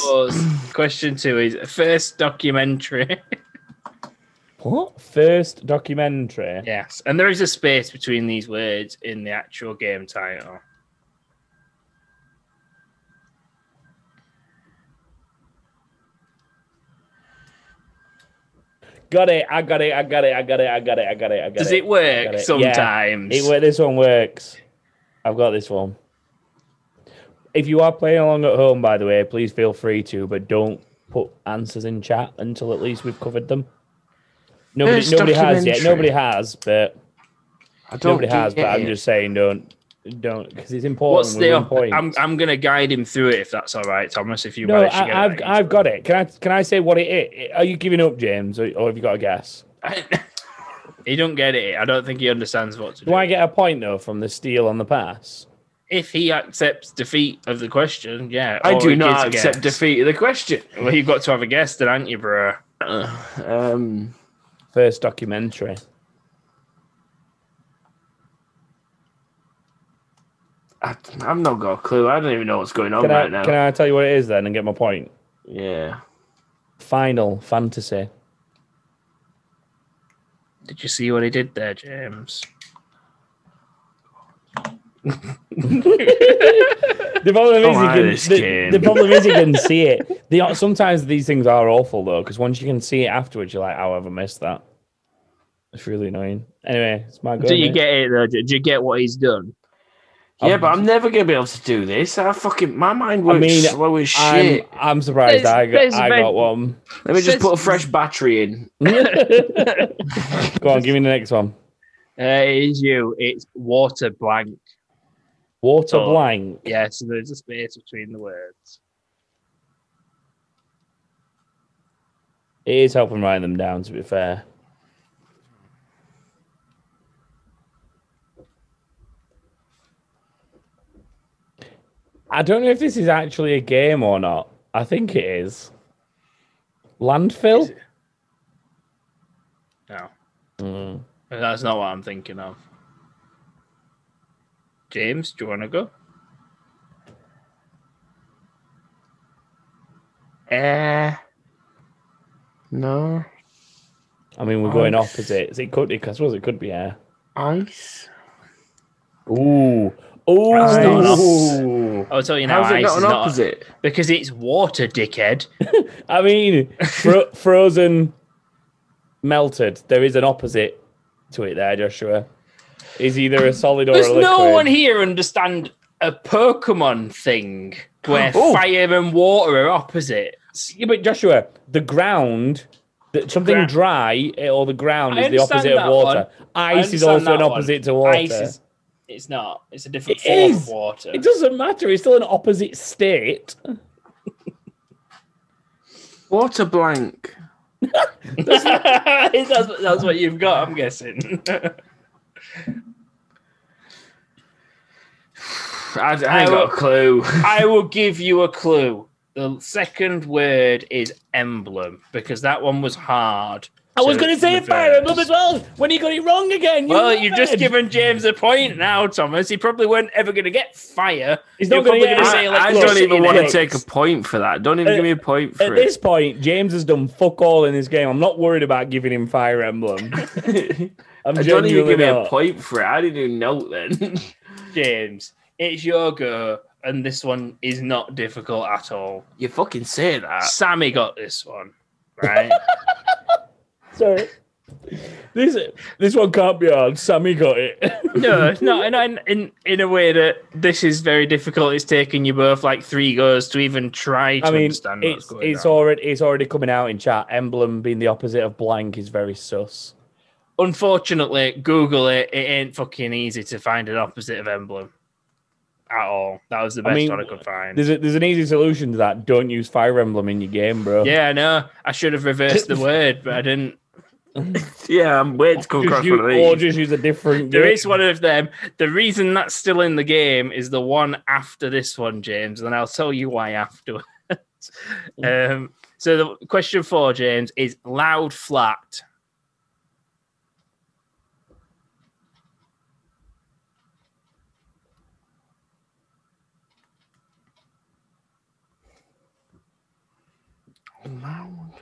S3: Pause. Question two is first documentary.
S1: What first documentary?
S3: yes, and there is a space between these words in the actual game title.
S1: Got it. I got it. I got it. I got it. I got it. I got it. I got
S3: Does
S1: it.
S3: it work
S1: Got it.
S3: sometimes?
S1: It where this one works. I've got this one. If you are playing along at home, by the way, please feel free to, but don't put answers in chat until at least we've covered them. Nobody,
S2: It's
S1: nobody has yet.
S2: documentary.
S1: Nobody has, but
S2: I don't
S1: nobody has. But
S2: get
S1: I'm
S2: it.
S1: just saying, don't, don't, because it's important.
S3: What's
S1: we
S3: the?
S1: win
S3: op-
S1: points.
S3: I'm I'm gonna guide him through it if that's all right, Thomas. If you
S1: no,
S3: manage to get
S1: I, I've
S3: it.
S1: I've got it. Can I can I say what it is? Are you giving up, James, or, or have you got a guess?
S3: he don't get it. I don't think he understands what to do.
S1: Do I get a point though from the steal on the pass?
S3: If he accepts defeat of the question, yeah.
S2: I
S3: or
S2: do
S3: it
S2: not
S3: is a
S2: accept
S3: guess.
S2: defeat of the question.
S3: Well, you've got to have a guess, then, aren't you, bro?
S2: Um,
S1: First documentary.
S2: I, I've not got a clue. I don't even know what's going on
S1: Can I,
S2: right now.
S1: can I tell you what it is then and get my point?
S2: Yeah.
S1: Final Fantasy.
S3: Did you see what he did there, James?
S1: The problem is
S2: Don't like this
S1: you can
S2: game.
S1: the, the problem is you can see it. They are, sometimes these things are awful though because once you can see it afterwards, you're like, "I'll ever missed that." It's really annoying. Anyway, it's my go.
S3: Do you
S1: mate.
S3: get it though? Do you get what he's done?
S2: Yeah, but I'm never gonna be able to do this. Um, I fucking my mind works
S1: mean,
S2: slow as
S1: I'm,
S2: shit.
S1: I'm surprised
S3: There's-
S1: I got
S3: there's
S1: I
S3: very-
S1: got one.
S2: Let me just
S3: Says-
S2: put a fresh battery in.
S1: go on, give me the next one.
S3: Uh, it is you. It's water blank.
S1: Water
S3: Oh.
S1: blank.
S3: Yeah, so there's a space between the words.
S1: It is helping write them down. To be fair. I don't know if this is actually a game or not. I think it is. Landfill?
S3: Is it? No,
S1: Mm.
S3: that's not what I'm thinking of. James, do you want to go?
S2: Uh, no
S1: I mean, we're
S3: Oh.
S1: going opposites. It could, it, I suppose it could be air.
S2: ice.
S1: Ooh. Ooh.
S3: That's
S2: not an
S1: Ooh.
S3: I'll tell you now.
S2: How's it
S3: ice
S2: not
S3: is
S2: an
S3: not-
S2: opposite?
S3: because it's water, dickhead.
S1: I mean, fro- frozen, melted. There is an opposite to it there, Joshua. Is either a solid or a
S3: There's
S1: liquid.
S3: no one here understand a Pokemon thing where
S2: Oh.
S3: fire and water are opposites.
S1: Yeah, but Joshua, the ground, the, something
S3: gra-
S1: dry eh, or the ground
S3: I
S1: is the
S3: understand
S1: opposite of
S3: that
S1: water. Ice is
S3: understand
S1: also an
S3: that one.
S1: opposite to water.
S3: Ice is. It's not. It's a different
S1: It
S3: form
S1: is.
S3: of water.
S1: It doesn't matter. It's still an opposite state.
S2: Water blank.
S3: that's, what- that's what you've got, I'm guessing.
S2: I, I ain't got
S3: will-
S2: a clue.
S3: I will give you a clue. The second word is emblem because that one was hard.
S1: I was
S3: to
S1: going to say
S3: reverse.
S1: fire emblem as well. When you got it wrong again. You
S3: Well, you've just
S1: lied.
S3: given James a point now, Thomas. He probably weren't ever going to get fire.
S1: He's not
S3: You're
S1: going
S3: probably
S1: to get
S3: gonna
S1: it.
S3: say,
S2: I,
S3: like,
S2: I
S3: look,
S2: don't
S3: sit
S2: even
S3: in
S2: want to
S3: it.
S2: take a point for that. Don't even
S1: Uh,
S2: give me a point
S1: At
S2: for
S1: this point, James has done fuck all in this game. I'm not worried about giving him Fire Emblem.
S2: it.
S1: I'm
S2: I don't even
S1: genuinely
S2: give me a
S1: not.
S2: point for it. I didn't even know then.
S3: James, it's your go, and this one is not difficult at all.
S2: you fucking say that.
S3: Sammy got this one, right?
S1: Sorry. This this one can't be hard. Sammy got it.
S3: no, it's not. And in, in in a way that this is very difficult. It's taken you both like three goes to even try to
S1: I mean,
S3: understand what's
S1: it's
S3: going
S1: it's
S3: on.
S1: already it's already coming out in chat. Emblem being the opposite of blank is very sus.
S3: Unfortunately, Google it. It ain't fucking easy to find an opposite of emblem at all. That was the best
S1: mean,
S3: one I could find.
S1: There's a, there's an easy solution to that. Don't use Fire Emblem in your game, bro.
S3: Yeah, I know. I should have reversed the word, but I didn't.
S2: Yeah, I'm waiting to come
S1: Just
S2: across
S1: use,
S2: one of these.
S1: or just use a different.
S3: There
S1: game.
S3: is one of them. The reason that's still in the game is the one after this one, James, and I'll tell you why afterwards. correct. Um, so the question four, James, is loud flat.
S2: Loud.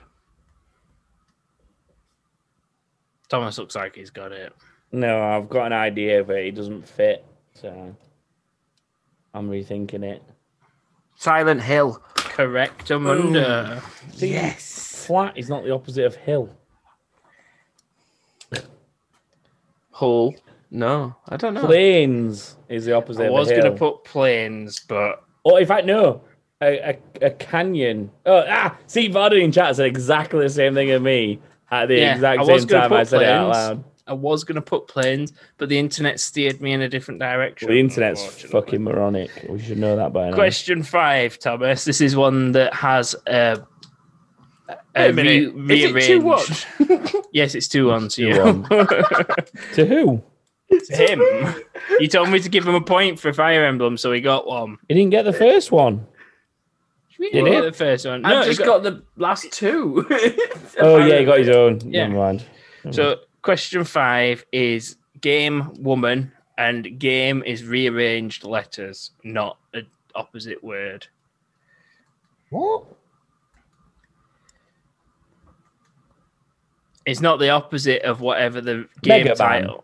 S3: Thomas looks like he's got it.
S1: No, I've got an idea, but it doesn't fit. So I'm rethinking it.
S2: Silent Hill.
S3: Correct, Amanda.
S1: See,
S2: Yes.
S1: Flat is not the opposite of hill.
S2: Hall. No, I don't know.
S1: Plains is the opposite
S3: I
S1: of
S3: was
S1: a hill.
S3: going to put planes, but
S1: Or in fact, no, a, a, a canyon. Oh, ah, see, Vardy in chat said exactly the same thing as me at the
S3: Yeah,
S1: exact
S3: I was
S1: same
S3: gonna
S1: time
S3: put
S1: I said it out
S3: planes.
S1: loud.
S3: I was going to put planes, but the internet steered me in a different direction.
S1: The internet's
S3: unfortunately.
S1: fucking moronic. We should know that by now.
S3: Question five, Thomas. This is one that has uh,
S2: Wait
S3: a
S2: a minute. Is
S3: re-
S2: it
S3: rearranged.
S2: two ones?
S3: Yes, it's two ones.
S1: Two
S3: yeah.
S1: one. to who?
S3: It's him. You told me to give him a point for Fire Emblem, so he got one.
S1: He didn't get the first one.
S3: Did
S1: he?
S3: The first one.
S2: I've
S3: he
S2: just got... the last two.
S1: Oh yeah, he got his own.
S3: Yeah.
S1: Never mind.
S3: So, question five is game woman, and game is rearranged letters, not an opposite word.
S1: What?
S3: It's not the opposite of whatever the game
S1: Mega Man.
S3: title.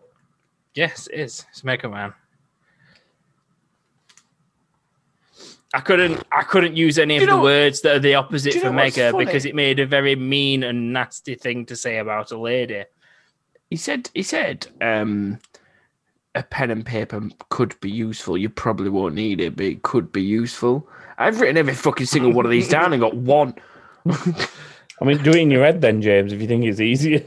S3: Yes, it is. It's Mega Man. I couldn't. I couldn't use any of
S2: you
S3: the
S2: know-
S3: words that are the opposite
S2: do you
S3: for
S2: know what's
S3: Mega
S2: funny?
S3: because it made a very mean and nasty thing to say about a lady.
S2: He said he said um a pen and paper could be useful. You probably won't need it, but it could be useful. I've written every fucking single one of these down and got one.
S1: I mean, do it in your head then, James. If you think it's easier.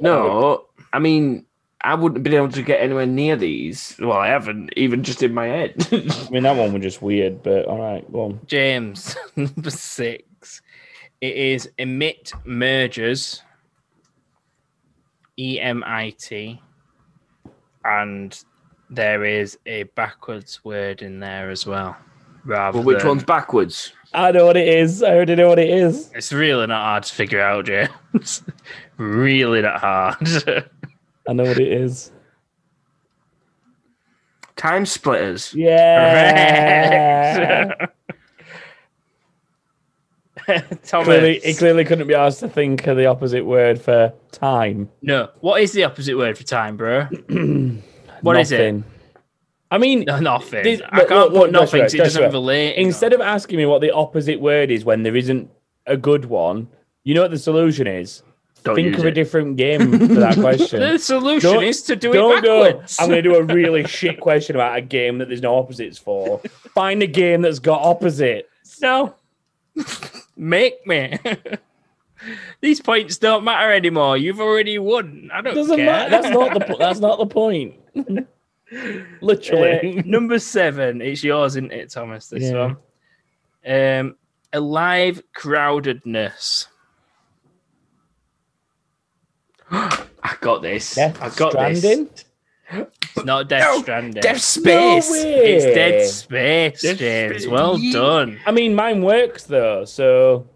S2: No, I mean I wouldn't have been able to get anywhere near these. Well, I haven't, even just in my head.
S1: I mean, that one was just weird. But all right, go on.
S3: James, number six. It is emit mergers. E M I T. And there is a backwards word in there as well. Rather
S2: well, which
S3: than-
S2: one's backwards?
S1: I know what it is. I already know what it is.
S3: It's really not hard to figure out, James. really not hard.
S1: I know what it is.
S2: Time splitters.
S1: Yeah.
S3: Correct.
S1: clearly, he
S3: Thomas.
S1: clearly couldn't be asked to think of the opposite word for time.
S3: No. What is the opposite word for time, bro? What is it?
S1: Nothing. I mean,
S3: No, nothing.
S1: This-
S3: I
S1: look,
S3: can't
S1: look,
S3: put
S1: look,
S3: nothing. 'cause
S1: Joshua,
S3: it doesn't
S1: Joshua.
S3: relate.
S1: instead of asking me what the opposite word is when there isn't a good one, you know what the solution is?
S2: Don't
S1: think
S2: use
S1: of a
S2: it.
S1: different game for that
S3: the
S1: question.
S3: solution
S1: Don't-
S3: is to do
S1: Don't
S3: it
S1: go.
S3: backwards.
S1: I'm going to do a really shit question about a game that there's no opposites for. Find a game that's got opposites.
S3: no, make me. These points don't matter anymore. You've already won. I don't
S1: Doesn't
S3: care.
S1: matter. That's not the. po- That's not the point. Literally.
S3: Uh, number seven. It's yours, isn't it, Thomas? This
S1: Yeah.
S3: one. Um, alive crowdedness.
S2: I got this.
S1: Death
S2: I got
S1: Stranding?
S2: this.
S3: It's not Death
S2: No,
S3: Stranding.
S2: Death Space.
S1: No way.
S3: it's Dead Space,
S2: Dead
S3: James.
S2: Space.
S3: Well
S2: Yeah.
S3: done.
S1: I mean, mine works though. So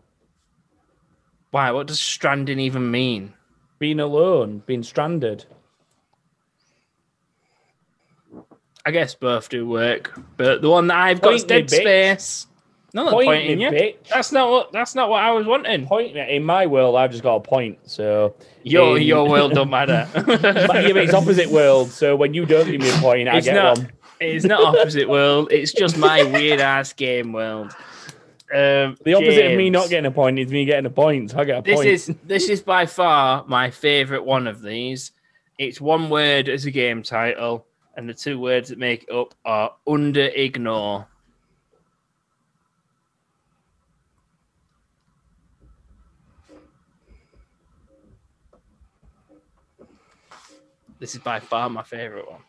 S3: Why? What does stranding even mean?
S1: being alone, being stranded.
S3: I guess both do work, but the one that I've got is Dead
S1: Point me, bitch.
S3: Space. No
S1: Point
S3: point in
S1: me,
S3: you.
S1: bitch.
S3: That's not what. That's not what I was wanting.
S1: Point in my world, I've just got a point. So
S3: Your
S1: in-
S3: your world don't matter.
S1: but yeah, but it's opposite world. So when you don't give me a point, I
S3: It's
S1: get
S3: not.
S1: one.
S3: It's not opposite world. It's just my weird ass game world. Um,
S1: The opposite of me
S3: James,
S1: not getting a point is me getting a point. So I get a
S3: This
S1: point.
S3: is this is by far my favorite one of these. It's one word as a game title, and the two words that make it up are under ignore. This is by far my favorite one.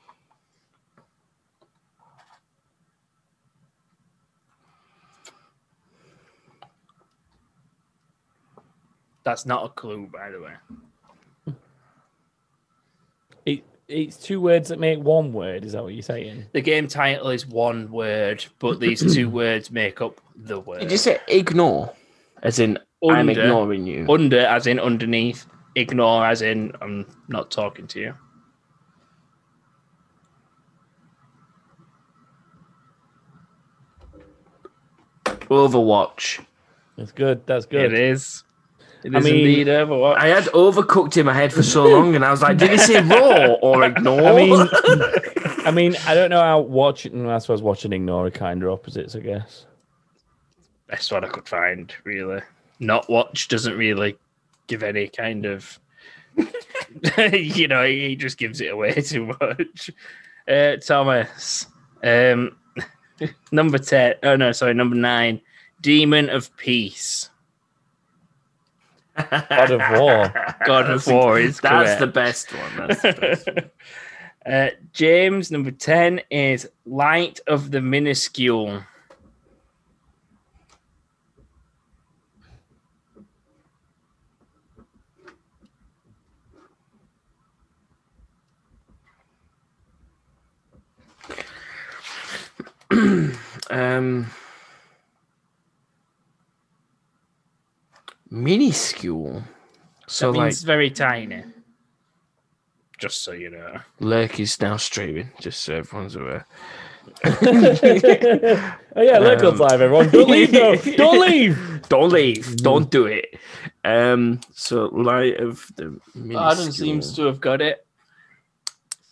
S3: That's not a clue, by the way.
S1: It- it's two words that make one word. Is that what you're saying?
S3: The game title is one word, but these two words make up the word.
S2: Did you say ignore? As in, I'm
S3: Under.
S2: ignoring you.
S3: under as in underneath, ignore as in I'm not talking to you.
S2: Overwatch.
S1: That's good. That's
S3: It
S1: good.
S3: is. It
S1: I
S3: is
S1: mean-
S3: indeed Overwatch.
S2: I had overcooked in my head for so long, and I was like, did he say raw or ignore?
S1: I mean, I mean, I don't know how watching. I suppose watching ignore are kind of opposites, I guess.
S3: Best one I could find, really. Not watch doesn't really give any kind of, you know, he just gives it away too much. Uh, Thomas, um, number ten. Oh no, sorry, number nine. Demon of Peace.
S1: God of War.
S3: God of War is
S2: That's
S3: correct.
S2: the best one. That's the best one.
S3: uh, James, number 10 is Light of the Minuscule.
S2: Um, minuscule. So
S3: that
S2: like,
S3: means very tiny. Just so you know.
S2: Lurk is now streaming, just so everyone's aware.
S1: oh yeah, look
S2: Um,
S1: Lookup's live, everyone. Don't leave, though. Don't leave.
S2: Don't leave. Don't do it. Um, so light of the minuscule.
S3: Adam seems to have got it.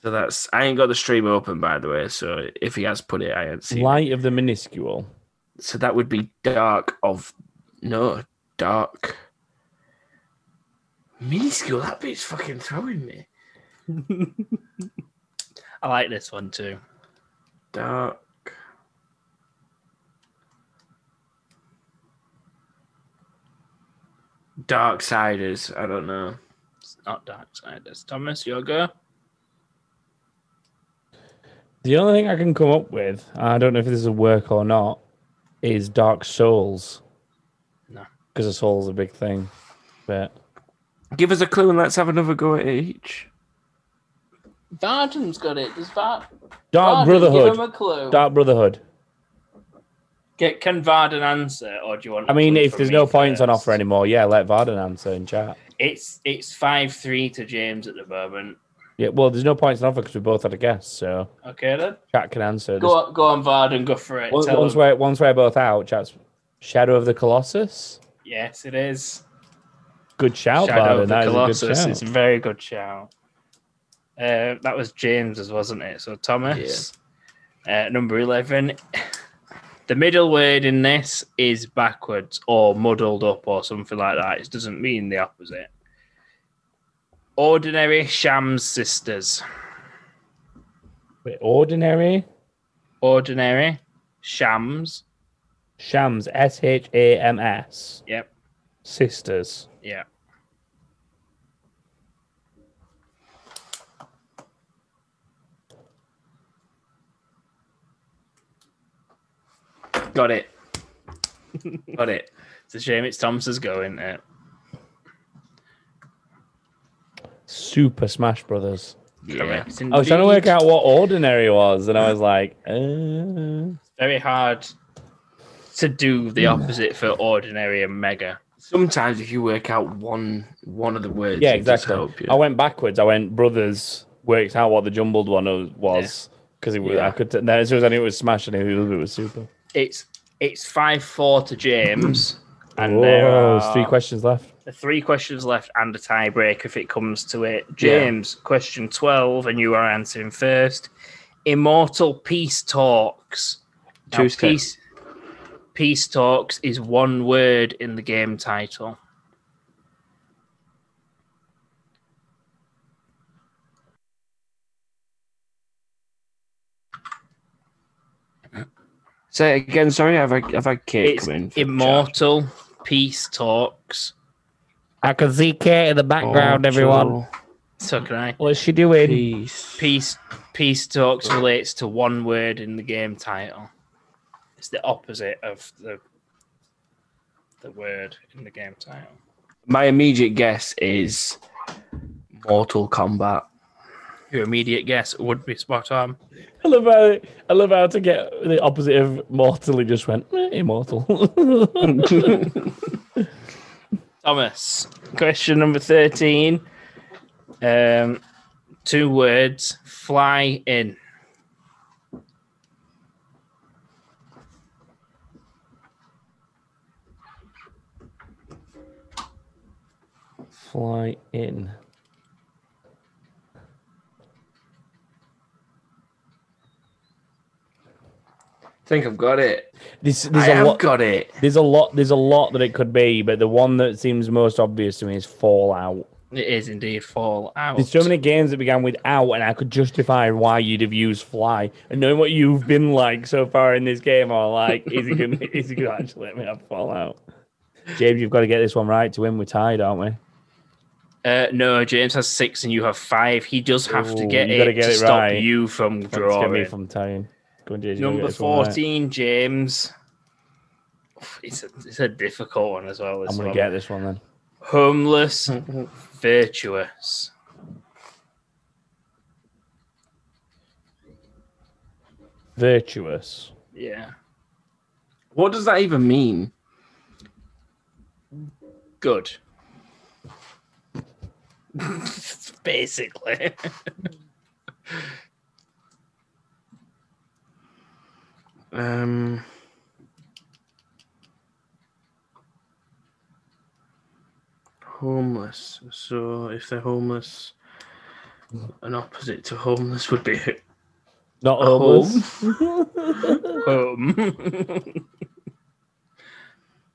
S2: So that's. I ain't got the stream open, by the way. So if he has put it, I ain't seen. it.
S1: Light of the minuscule.
S2: So that would be dark of. No, dark. Minuscule. That bit's fucking throwing me.
S3: I like this one too.
S2: Dark. Dark Siders, I don't know.
S3: It's not dark side. That's Thomas, your go.
S1: The only thing I can come up with, I don't know if this will work or not, is Dark Souls.
S3: No.
S1: Because a soul's a big thing. But
S2: Give us a clue and let's have another go at each.
S4: Varden's got it. Does Vard-
S1: Dark
S4: Varden, Give him
S1: Brotherhood.
S4: a clue.
S1: Dark Brotherhood.
S3: Get, can Varden answer, or do you want?
S1: I mean,
S3: one
S1: if
S3: from
S1: there's
S3: me
S1: no points on
S3: first?
S1: offer anymore, yeah, let Varden answer in chat.
S3: it's it's five three to James at the moment.
S1: Yeah, well, there's no points on offer because we both had a guess, so
S3: Okay then,
S1: chat can answer.
S3: go on, go on, Varden, go for it.
S1: Once,
S3: Tell
S1: once
S3: him.
S1: we're once we're both out, chat's Shadow of the Colossus.
S3: Yes, it is.
S1: Good shout,
S3: Shadow
S1: Barden.
S3: of the
S1: That is
S3: Colossus.
S1: a good
S3: It's
S1: shout.
S3: a very good shout. Uh, that was James's, wasn't it? So Thomas, uh, number eleven. The middle word in this is backwards or muddled up or something like that. It doesn't mean the opposite. Ordinary Shams sisters.
S1: Wait, ordinary
S3: Ordinary Shams.
S1: Shams. S H A M S.
S3: Yep.
S1: Sisters.
S3: Yeah.
S2: Got it. Got it.
S3: It's a shame it's Thomas's go, isn't it?
S1: Super Smash Brothers.
S2: Yeah.
S1: I was trying to Oh, work out what ordinary was, and I was like, uh...
S3: Very hard to do the
S1: Hmm.
S3: opposite for ordinary and mega.
S2: Sometimes if you work out one one of the words,
S1: yeah,
S2: it does
S1: exactly.
S2: help you.
S1: I went backwards. I went brothers. Worked out what the jumbled one o- was because it was.
S2: Yeah.
S1: I could. T- then as soon as I knew it was Smash, I knew the other bit was Super.
S3: It's it's five four to James, and
S1: Whoa,
S3: there
S1: there's
S3: are
S1: three questions left.
S3: three questions left and a tiebreak if it comes to it. James, question twelve, and you are answering first. Immortal peace talks. Now,
S2: Two step.
S3: peace peace talks is one word in the game title.
S2: Say it again. Sorry, I've had, I've had Kate
S3: It's
S2: come in. for chat.
S3: immortal peace talks.
S1: I can see Kate in the background. everyone,
S2: Mortal
S3: So can I?
S1: what's she doing?
S2: Peace.
S3: Peace peace talks relates to one word in the game title. It's the opposite of the the word in the game title.
S2: My immediate guess is Mortal Kombat.
S3: Your immediate guess would be spot on.
S1: I love how I love how to get the opposite of mortal. He just went "Eh, immortal.
S3: Thomas, question number 13. Um, two words fly in.
S1: Fly in.
S2: think I've got it.
S1: This there's
S2: I
S1: a
S2: have
S1: lot.
S2: got it.
S1: There's a lot. There's a lot that it could be, but the one that seems most obvious to me is Fallout.
S3: It is indeed fall out.
S1: There's so many games that began with out, and I could justify why you'd have used fly. And knowing what you've been like so far in this game, or like, is he gonna is he gonna actually let me have Fallout? James, you've got to get this one right to win. We're tied, aren't we?
S3: Uh, no, James has six and you have five. He does have to
S1: Ooh,
S3: get
S1: you
S3: it
S1: gotta
S3: to
S1: get it
S3: stop
S1: right.
S3: you from
S1: Let's get me
S3: drawing.
S1: from tying. Go on, James, you've gotta
S3: Number
S1: get this one right.
S3: 14, James. It's a, it's a difficult one as well. This
S1: I'm gonna
S3: one.
S1: get Hmm. this one then.
S3: Homeless, virtuous.
S1: Virtuous.
S3: Yeah.
S2: What does that even mean?
S3: Good. Basically.
S2: Um, homeless. So if they're homeless, an opposite to homeless would be
S1: Not
S2: A
S1: homeless.
S3: Um.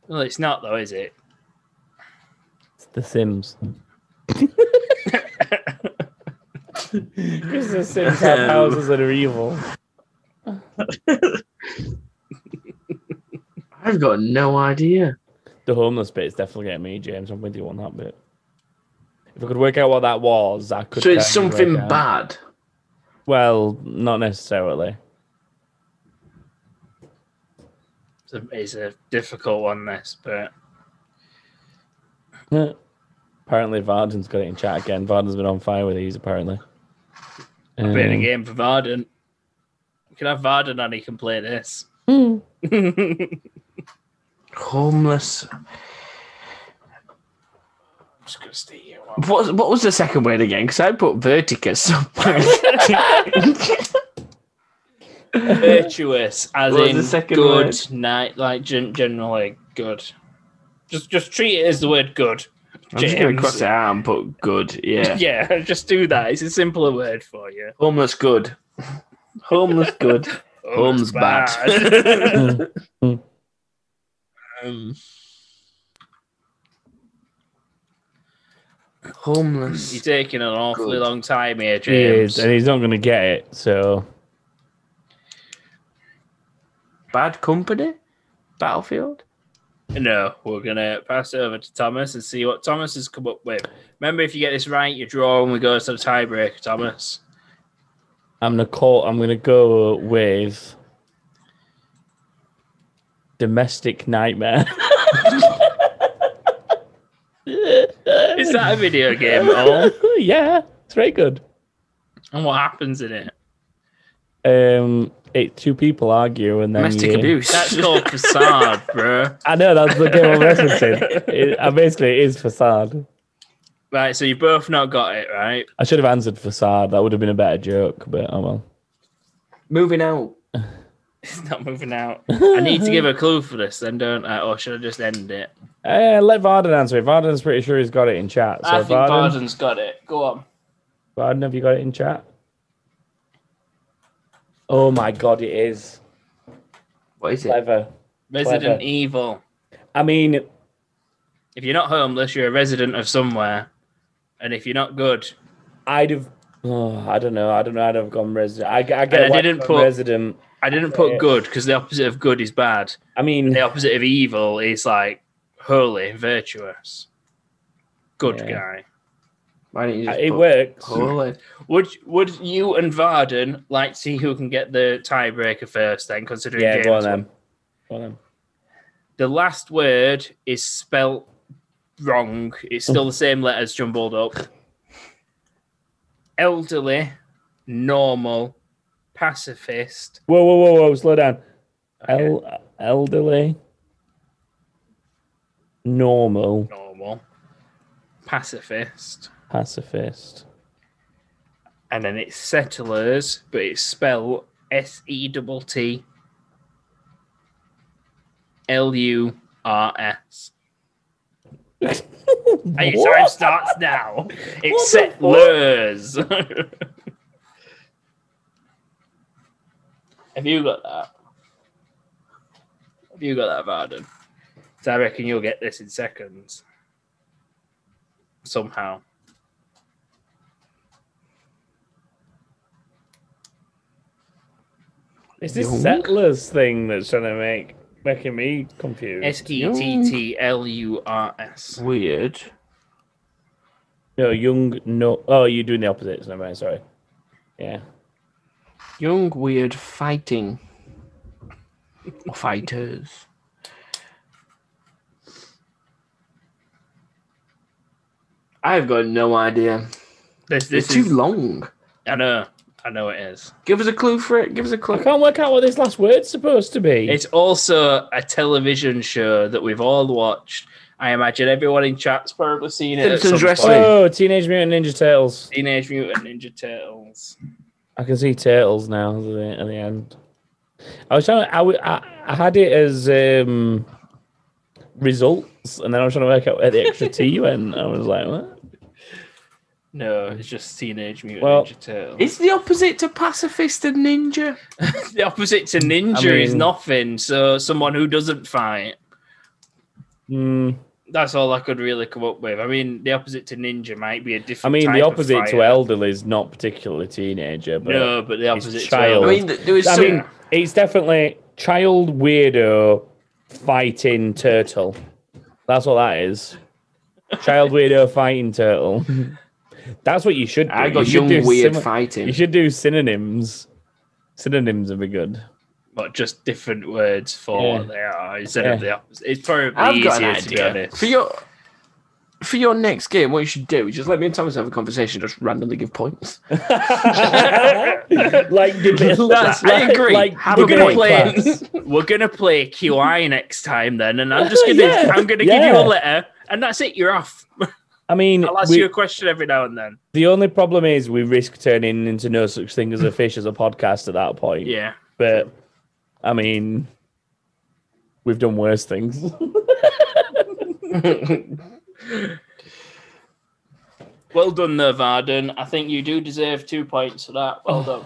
S3: well, it's not though, is it?
S1: It's the Sims. Because the Sims have houses that are evil.
S2: I've got no idea.
S1: The homeless bit is definitely getting me, James. I'm with you on that bit. If I could work out what that was, I could.
S2: so it's
S1: kind of work
S2: something
S1: out.
S2: bad.
S1: Well, not necessarily.
S3: It's a, it's a difficult one, this, but
S1: apparently, Varden's got it in chat again. Varden's been on fire with these, apparently.
S2: Mm.
S3: I've been
S1: Um,
S3: in a game for Varden. We can have Varden and he can play this.
S2: Homeless.
S3: I'm just gonna steal you.
S2: What what was the second word again? Because I put verticus. somewhere.
S3: Virtuous, as
S2: What was
S3: in
S2: the second
S3: good
S2: word?
S3: night, like gen- generally good. Just, just treat it as the word good.
S2: I'm just gonna
S3: James.
S2: cross it out and put good. Yeah.
S3: yeah, just do that. It's a simpler word for you.
S2: Homeless good. Homeless good. Home's
S3: Home's
S2: Oh, bad.
S3: um, You're
S2: Homeless.
S3: taking an awfully
S2: Good.
S3: long time here,
S1: he is,
S3: James.
S1: and he's not going to get it. So
S2: Bad company. Battlefield.
S3: No, we're gonna pass it over to Thomas and see what Thomas has come up with. Remember, if you get this right, you draw and we go to the tiebreaker, Thomas.
S1: I'm gonna call. I'm gonna go with domestic nightmare.
S3: Is that a video game at all?
S1: yeah, it's very good.
S3: And what happens in it?
S1: Um, it two people argue and then
S2: Domestic
S1: you-
S2: abuse.
S3: That's called facade, bro.
S1: I know that's the game I'm referencing. It, uh, basically, it is facade.
S3: Right, so you both not got it, right?
S1: I should have answered facade. That would have been a better joke, but oh well.
S2: Moving out.
S3: It's not moving out. I need to give a clue for this, then, don't I? Or should I just end it?
S1: Uh, let Varden answer it. Varden's pretty sure he's got it in chat. So
S3: I think
S1: Varden,
S3: Varden's got it. Go on.
S1: Varden, have you got it in chat? Oh my god, it is.
S2: What is it?
S1: Clever.
S3: Resident
S1: Clever.
S3: Evil.
S1: I mean,
S3: If you're not homeless, you're a resident of somewhere. And if you're not good,
S1: I'd have. Oh, I don't know. I don't know. I'd have gone resident. I, I
S3: And
S1: get.
S3: I
S1: why
S3: didn't
S1: you've
S3: put-
S1: gone resident.
S3: I didn't put good because the opposite of good is bad.
S1: I mean,
S3: The opposite of evil is like holy, virtuous, good
S1: Yeah.
S3: guy.
S2: Why didn't you just
S1: it
S2: put
S1: works.
S2: Holy.
S3: Would would you and Varden like to see who can get the tiebreaker first? Then considering
S1: Yeah,
S3: James
S1: go on
S3: won?
S1: then. Go on then.
S3: the last word is spelt wrong. It's still the same letters jumbled up. Elderly, normal, pacifist.
S1: Whoa, whoa, whoa, whoa! Slow down.
S3: Okay,
S1: El- elderly, normal,
S3: normal, pacifist.
S1: pacifist.
S3: And then it's settlers, but it's spelled S E double T L U R S. And your time
S1: What?
S3: starts now. It's settlers.
S2: Have you got that? Have you got that, Varden?
S3: so I reckon you'll get this in seconds. Somehow.
S1: It's this
S2: Young?
S1: settlers thing that's trying to make making me confused.
S3: S E T T L U R S.
S2: Weird.
S1: no, young, no. Oh, you're doing the opposite. Never mind. Sorry. Yeah.
S2: Young, weird, fighting. Or fighters. I've got no idea.
S3: This,
S2: It's
S3: this
S2: too
S3: is,
S2: long.
S3: I know. I know it is.
S2: Give us a clue for it. Give us a
S1: I
S2: clue.
S1: can't work out what this last word's supposed to be.
S3: It's also a television show that we've all watched. I imagine everyone in chat's probably seen it. at
S2: Simpsons
S3: some
S2: wrestling.
S3: point.
S1: oh, Teenage Mutant Ninja Turtles.
S3: Teenage Mutant Ninja Turtles.
S1: I can see turtles now at the, at the end. I was trying. I, w- I- I had it as um, results, and then I was trying to work out where the extra T went. I was like, what?
S3: No, it's just Teenage Mutant
S1: Well,
S3: Ninja Turtles.
S2: It's the opposite to pacifist and ninja.
S3: the opposite to ninja
S1: I
S3: is
S1: mean-
S3: nothing. So someone who doesn't fight.
S1: Hmm.
S3: That's all I could really come up with. I mean, the opposite to ninja might be a
S1: I
S3: different.
S1: mean, the
S3: type of
S1: opposite to
S3: fighter.
S1: elderly is not particularly teenager, but
S3: No, but the opposite to
S1: child.
S2: I
S3: elder-
S2: mean, th- there was
S1: I
S2: some.
S1: mean, it's definitely child weirdo fighting turtle. That's what that is. Child weirdo fighting turtle. That's what you should do.
S2: I
S1: You
S2: got
S1: should
S2: young,
S1: do
S2: weird,
S1: simi-
S2: fighting.
S1: You should do synonyms. Synonyms would be good.
S3: but just different words for what
S1: Yeah.
S3: they are instead of
S1: Yeah.
S3: the opposite. It's probably
S2: I've got an
S3: easier to be
S2: idea.
S3: honest.
S2: For your for your next game, what you should do is just let me and Thomas have a conversation, just randomly give points.
S1: like,
S2: That's- I agree. Have a
S1: we're gonna
S2: point
S1: play-
S2: class.
S3: We're gonna play QI next time then, and I'm just gonna
S1: Yeah.
S3: I'm gonna give
S1: Yeah.
S3: you a letter, and that's it. You're off.
S1: I mean,
S3: I'll ask
S1: we-
S3: you a question every now and then.
S1: the only problem is we risk turning into no such thing as a fish as a podcast at that point.
S3: Yeah.
S1: But I mean, we've done worse things.
S3: Well done, there, Varden. I think you do deserve two points for that.
S1: Oh.
S3: Well done.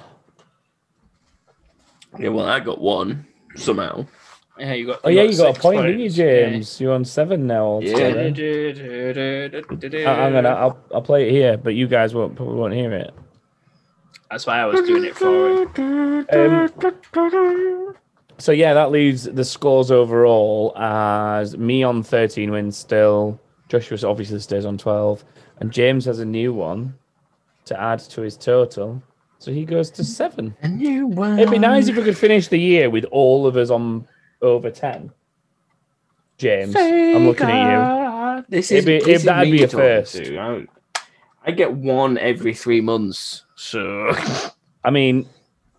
S2: yeah, well, I got one somehow.
S3: Yeah, you got.
S1: Oh yeah, you got a
S3: six
S1: point, didn't you,
S3: points.
S1: James? You're on seven now.
S2: Yeah.
S3: Yeah.
S1: Altogether.
S3: Du-du-du-du-du-du-du.
S1: I- I'm gonna. I'll, I'll play it here, but you guys won't probably won't hear it.
S3: That's why I was doing it for him.
S1: Um, So yeah, that leaves the scores overall as me on thirteen wins still. Joshua obviously stays on twelve, and James has a new one to add to his total, so he goes to seven.
S2: A new one.
S1: It'd be nice if we could finish the year with all of us on over ten. James, I'm looking at you.
S2: at you. This
S1: It'd
S2: is,
S1: be-
S2: this
S1: it-
S2: is
S1: that'd
S2: me
S1: be a
S2: talking
S1: first.
S2: to you. I, I get one every three months, so
S1: I mean,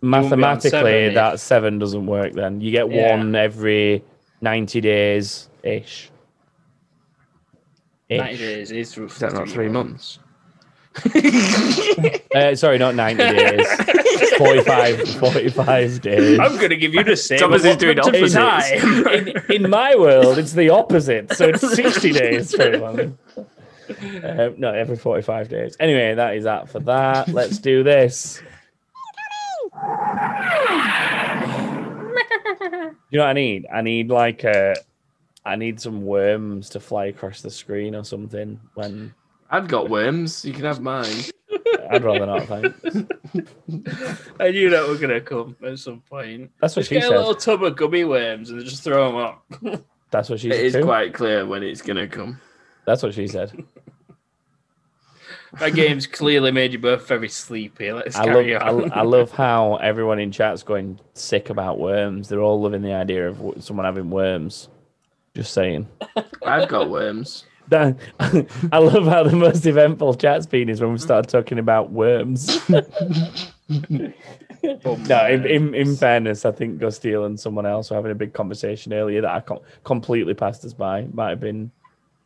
S3: won't be on seven
S1: mathematically,
S3: if-
S1: that seven doesn't work. Then you get
S3: Yeah.
S1: one every ninety days ish.
S3: Ninety days is
S2: is that not three months?
S1: Uh, sorry, not 90 days. 45, 45 days.
S3: I'm gonna give you the same.
S2: Thomas is doing
S3: allotment of
S2: opposites.
S3: time.
S1: In my world, it's the opposite. So it's 60 days for one. Uh, no, every 45 days. Anyway, that is that for that. Let's do this. You know what I need? I need like a. I need some worms to fly across the screen or something when
S2: I've got worms. You can have mine.
S1: I'd rather not think.
S3: I knew that were gonna come at some point.
S1: That's what
S3: Just
S1: she
S3: get a little
S1: said.
S3: tub of gummy worms and just throw them up.
S1: That's what she
S2: It is
S1: said. Too.
S2: quite clear when it's gonna come.
S1: That's what she said.
S3: That game's clearly made you both very sleepy. Let's
S1: I
S3: carry
S1: love, I,
S3: on.
S1: I love how everyone in chat's going sick about worms. They're all loving the idea of w- someone having worms. Just saying.
S2: I've got worms.
S1: That- I love how the most eventful chat's been is when we started talking about worms.
S3: Oh,
S1: No, in, in, in fairness, I think Gus Steele and someone else were having a big conversation earlier that I com- completely passed us by. Might have been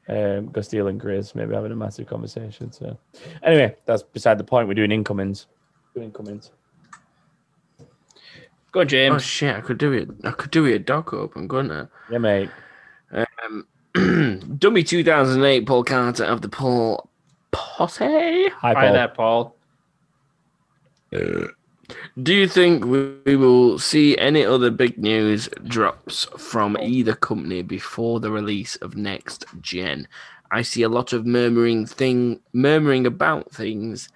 S1: um, Gus Steele and Grizz maybe having a massive conversation. So, anyway, that's beside the point. We're doing incomings. Doing incomings.
S3: Go, on,
S2: Oh
S3: James.
S2: shit! I could do it. I could do it. A dock open, couldn't I?
S1: Yeah, mate.
S2: Dummy 2008 Paul Carter of the Paul Posse.
S1: Hi,
S3: Hi
S1: Paul.
S3: there, Paul.
S2: Do you think we we will see any other big news drops from either company before the release of next gen? I see a lot of murmuring thing, murmuring about things,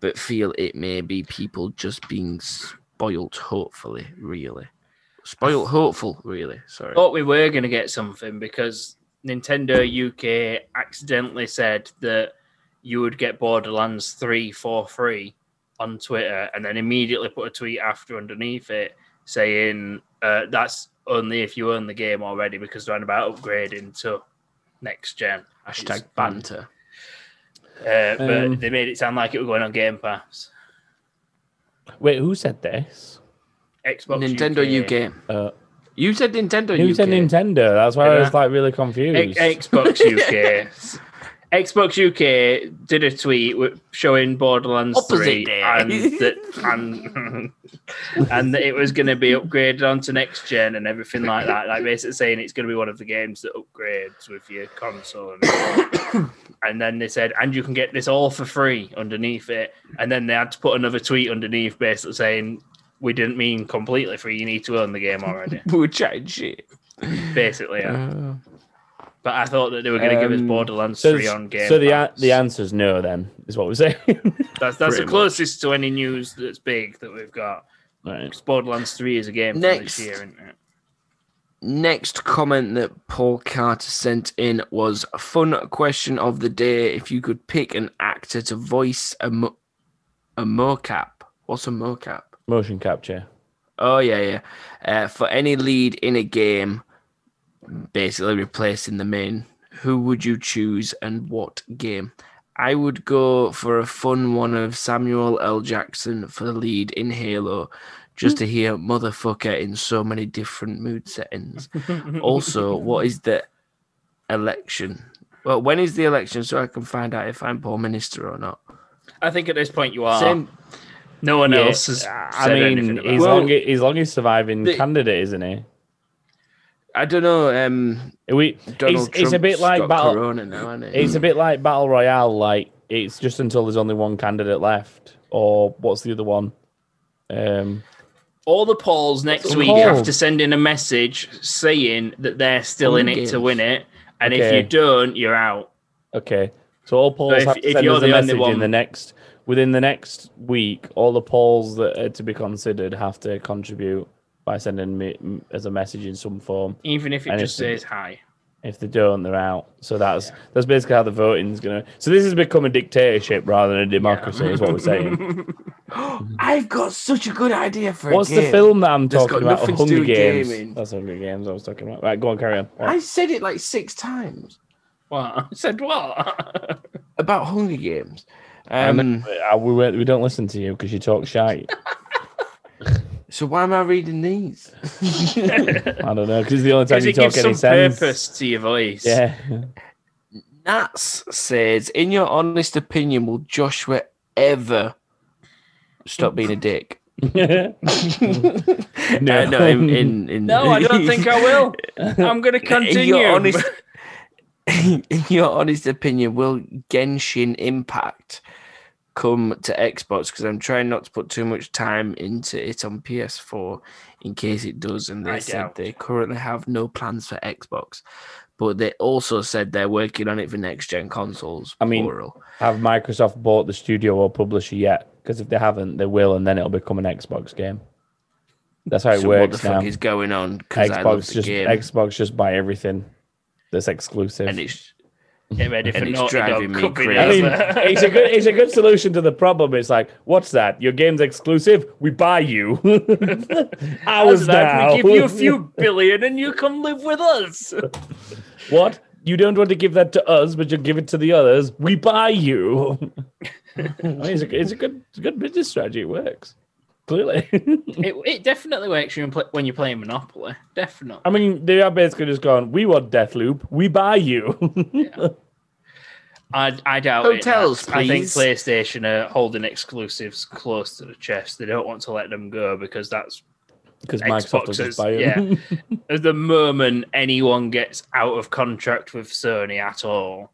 S2: but feel it may be people just being spoilt. Hopefully, really spoilt. Hopeful, really. Sorry.
S3: thought we were going to get something because Nintendo UK accidentally said that you would get Borderlands 3 for free on Twitter and then immediately put a tweet after underneath it saying uh, that's only if you own the game already because they're on about upgrading to next gen.
S2: Hashtag banter.
S3: Uh,
S1: Um,
S3: but they made it sound like it was going on Game Pass.
S1: Wait, who said this?
S3: Xbox
S2: Nintendo UK.
S1: Uh,
S2: You said Nintendo
S1: who
S2: UK.
S1: said Nintendo? That's why I was
S3: Yeah.
S1: like really confused.
S3: X- Xbox UK. Xbox UK did a tweet with- showing Borderlands
S2: Opposite
S3: 3
S2: day.
S3: and that, and, and that it was going to be upgraded onto next gen and everything like that. Like basically saying it's going to be one of the games that upgrades with your console. And, and then they said, and you can get this all for free underneath it. And then they had to put another tweet underneath basically saying, we didn't mean completely free. You need to own the game already.
S2: We were chatting shit.
S3: Basically, yeah.
S2: Uh,
S3: But I thought that they were going to give us
S1: Um,
S3: Borderlands
S1: so,
S3: 3 on Game
S1: so the a-
S3: Pass.
S1: the answer's no, then is what we're saying.
S3: that's, that's the
S2: Pretty much.
S3: closest to any news that's big that we've got.
S1: right.
S3: 'Cause Borderlands 3 is a game for
S2: Next.
S3: this year, isn't it?
S2: Next comment that Paul Carter sent in was a fun question of the day. If you could pick an actor to voice a, mo- a mocap, what's a mocap?
S1: Motion capture.
S2: Oh, yeah, yeah. Uh, for any lead in a game, basically replacing the main, who would you choose and what game? I would go for a fun one of Samuel L. Jackson for the lead in Halo, just to hear motherfucker in so many different mood settings. also, what is the election? Well, when is the election so I can find out if I'm Prime Minister or not?
S3: I think at this point you are.
S2: Same,
S3: No one
S1: Yeah,
S3: else has
S1: I
S3: said anything
S1: mean,
S3: about
S1: he's
S3: it.
S2: Well,
S1: long he's long he's surviving
S2: the-
S1: candidate, isn't he?
S2: I don't know. Um,
S1: Are we,
S2: Donald
S1: it's, it's a bit
S2: Trump's
S1: like
S2: got
S1: battle.
S2: Corona now, hasn't he?
S1: It's a bit like battle royale. Like it's just until there's only one candidate left, or what's the other one? Um,
S3: All the polls next
S1: It's
S3: week
S1: called-
S3: have to send in a message saying that they're still in it to win it. And if
S1: Okay.
S3: you don't, you're out.
S1: okay, so all polls
S3: if-
S1: have to
S3: if
S1: send
S3: you're
S1: us a
S3: the only
S1: message in
S3: one-
S1: the next within the next week. All the polls that are to be considered have to contribute by sending me m- as a message in some form.
S3: Even if it
S1: And
S3: just
S1: if-
S3: says hi.
S1: If they don't, they're out. So that's that's basically how the voting's gonna. So this has become a dictatorship rather than a democracy, is what we're saying.
S2: I've got such a good idea for
S1: What's
S2: a game.
S1: the film that I'm
S2: That's
S1: talking
S2: got
S1: about?
S2: nothing to do
S1: Hunger
S2: with
S1: Games.
S2: gaming.
S1: That's Hunger Games. I was talking about. Right, go on, carry on.
S2: I said it like six times
S3: What? I said what?
S2: about Hunger Games.
S1: Um,
S2: Um,
S1: uh, we, weren't- we don't listen to you because you talk shite.
S2: so why am I reading these?
S1: I don't know because it's the only time
S3: Because
S1: you
S3: it
S1: talk
S3: gives
S1: any
S3: some
S1: sense.
S3: purpose to your voice.
S1: Yeah,
S2: Nats says, in your honest opinion, will Joshua ever stop being a dick?
S1: no,
S2: Uh, no, in, in, in-
S3: No, I don't think I will. I'm going to
S2: In
S3: continue.
S2: your honest, in your honest opinion, will Genshin Impact come to Xbox? Because I'm trying not to put too much time into it on PS4 in case it does. And they
S3: I
S2: said
S3: doubt.
S2: they currently have no plans for Xbox, but they also said they're working on it for next gen consoles.
S1: I mean-
S2: plural.
S1: have Microsoft bought the studio or publisher yet? Because if they haven't, they will, and then it'll become an Xbox game. That's how it
S2: so what the
S1: works now.
S2: fuck is going on? Because I love
S1: Xbox
S2: the
S1: just
S2: game,
S1: Xbox just buy everything that's exclusive.
S2: and it's
S3: Get ready for
S2: And it's
S3: Naughty
S2: driving
S3: Dog
S2: me
S3: coming
S2: crazy.
S1: I
S3: out.
S1: mean, it's a good it's a good solution to the problem. It's like, what's that? Your game's exclusive. We buy you. I was
S3: As that,
S1: now.
S3: We give you a few billion and you come live with us.
S1: What? You don't want to give that to us, but you give it to the others. We buy you. I mean, it's a, it's a good it's a good business strategy. It works. Clearly.
S3: It, it definitely works when you play, when you're playing Monopoly. Definitely.
S1: I mean, they are basically just going, we want Deathloop, we buy you.
S3: I, I doubt
S2: Hotels,
S3: it. I think
S2: please.
S3: PlayStation are holding exclusives close to the chest. They don't want to let them go because that's
S1: Because Microsoft will
S3: Xboxes,
S1: just buy them.
S3: at the moment anyone gets out of contract with Sony at all.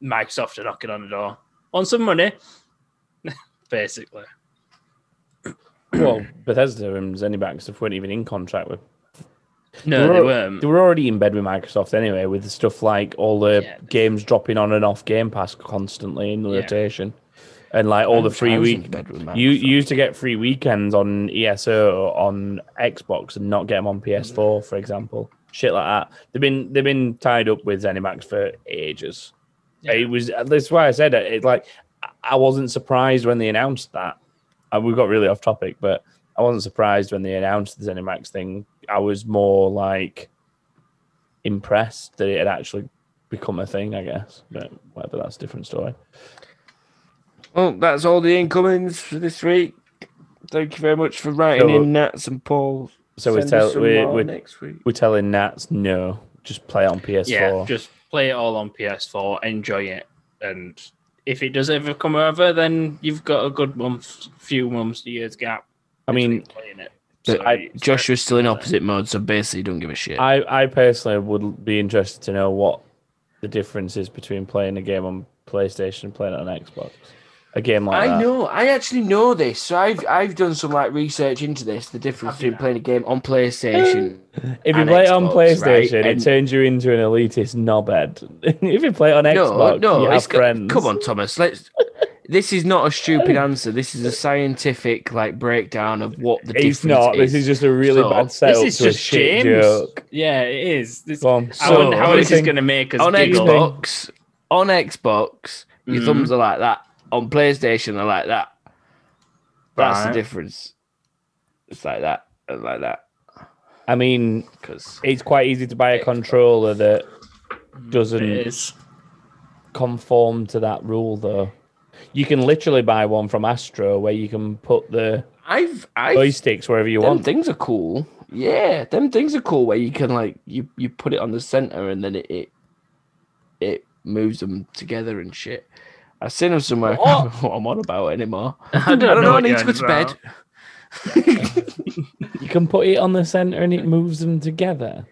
S3: Microsoft are knocking on the door. On some money, basically.
S1: well, Bethesda and Zenimax stuff weren't even in contract with.
S3: No,
S1: They're
S3: they
S1: al-
S3: weren't.
S1: They were already in bed with Microsoft anyway, with stuff like all the
S3: Yeah.
S1: games dropping on and off Game Pass constantly in the
S3: Yeah.
S1: rotation, and like all the free week. You you used to get free weekends on E ESO on Xbox and not get them on PS4, for example. Shit like that. They've been they've been tied up with ZeniMax for ages.
S3: Yeah.
S1: It was that's why I said it. It's like I- I wasn't surprised when they announced that. And we got really off topic, but I wasn't surprised when they announced the ZeniMax thing. I was more like impressed that it had actually become a thing. I guess, but whatever. That's a different story.
S2: Well, that's all the incomings for this week. Thank you very much for writing
S1: So-
S2: in, Nats and Paul.
S1: So we
S2: Send
S1: tell
S2: us some
S1: we
S2: more
S1: we
S2: next week.
S1: We're telling Nats no, just play on PS4.
S3: Yeah, just play it all on PS4, enjoy it, and if it does ever come over, then you've got a good month, few months, years gap.
S1: I mean,
S3: between playing it.
S2: But
S3: So
S1: I-
S3: it's-
S2: Joshua's still in opposite mode, so basically, don't give a shit.
S1: I, I personally would be interested to know what the difference is between playing a game on PlayStation and playing it on Xbox. A game like
S2: I
S1: that.
S2: know. I actually know this. So I've I've done some like research into this. The difference between playing a game on PlayStation.
S1: If you
S2: on
S1: play it on
S2: Xbox, right,
S1: PlayStation, it
S2: and-
S1: turns you into an elitist knobhead. if you play it on
S2: no,
S1: Xbox,
S2: no,
S1: you
S2: it's
S1: have
S2: got-
S1: friends.
S2: come on, Thomas. Let's. This is not a stupid answer. This is a scientific like breakdown of what the difference
S1: It's not. This is just a really
S2: So,
S1: bad
S3: This
S1: setup
S3: is
S1: to a
S3: just
S1: shit
S3: James.
S1: joke.
S3: Yeah, it is. This,
S1: Go on.
S3: I wonder how
S2: So,
S3: this is
S1: anything-
S3: going to make us
S2: on
S3: giggle.
S2: Xbox. On Xbox, your
S3: Mm.
S2: thumbs are like that. On PlayStation, are like that. That's
S3: Right.
S2: the difference. It's like that and like that
S1: I mean,
S2: because
S1: it's quite easy to buy a controller that doesn't
S3: It is.
S1: conform to that rule though. You can literally buy one from Astro where you can put the
S2: I've I've
S1: joysticks wherever you
S2: them
S1: want.
S2: things are cool. Yeah, them things are cool where you can like you you put it on the center and then it it, it moves them together and shit. I've seen them somewhere. I can't remember what I'm on about anymore.
S3: I don't,
S2: I don't know. I
S3: what
S2: need
S3: you're
S2: to go to
S3: on
S2: bed.
S3: about.
S1: You can put it on the center and it moves them together.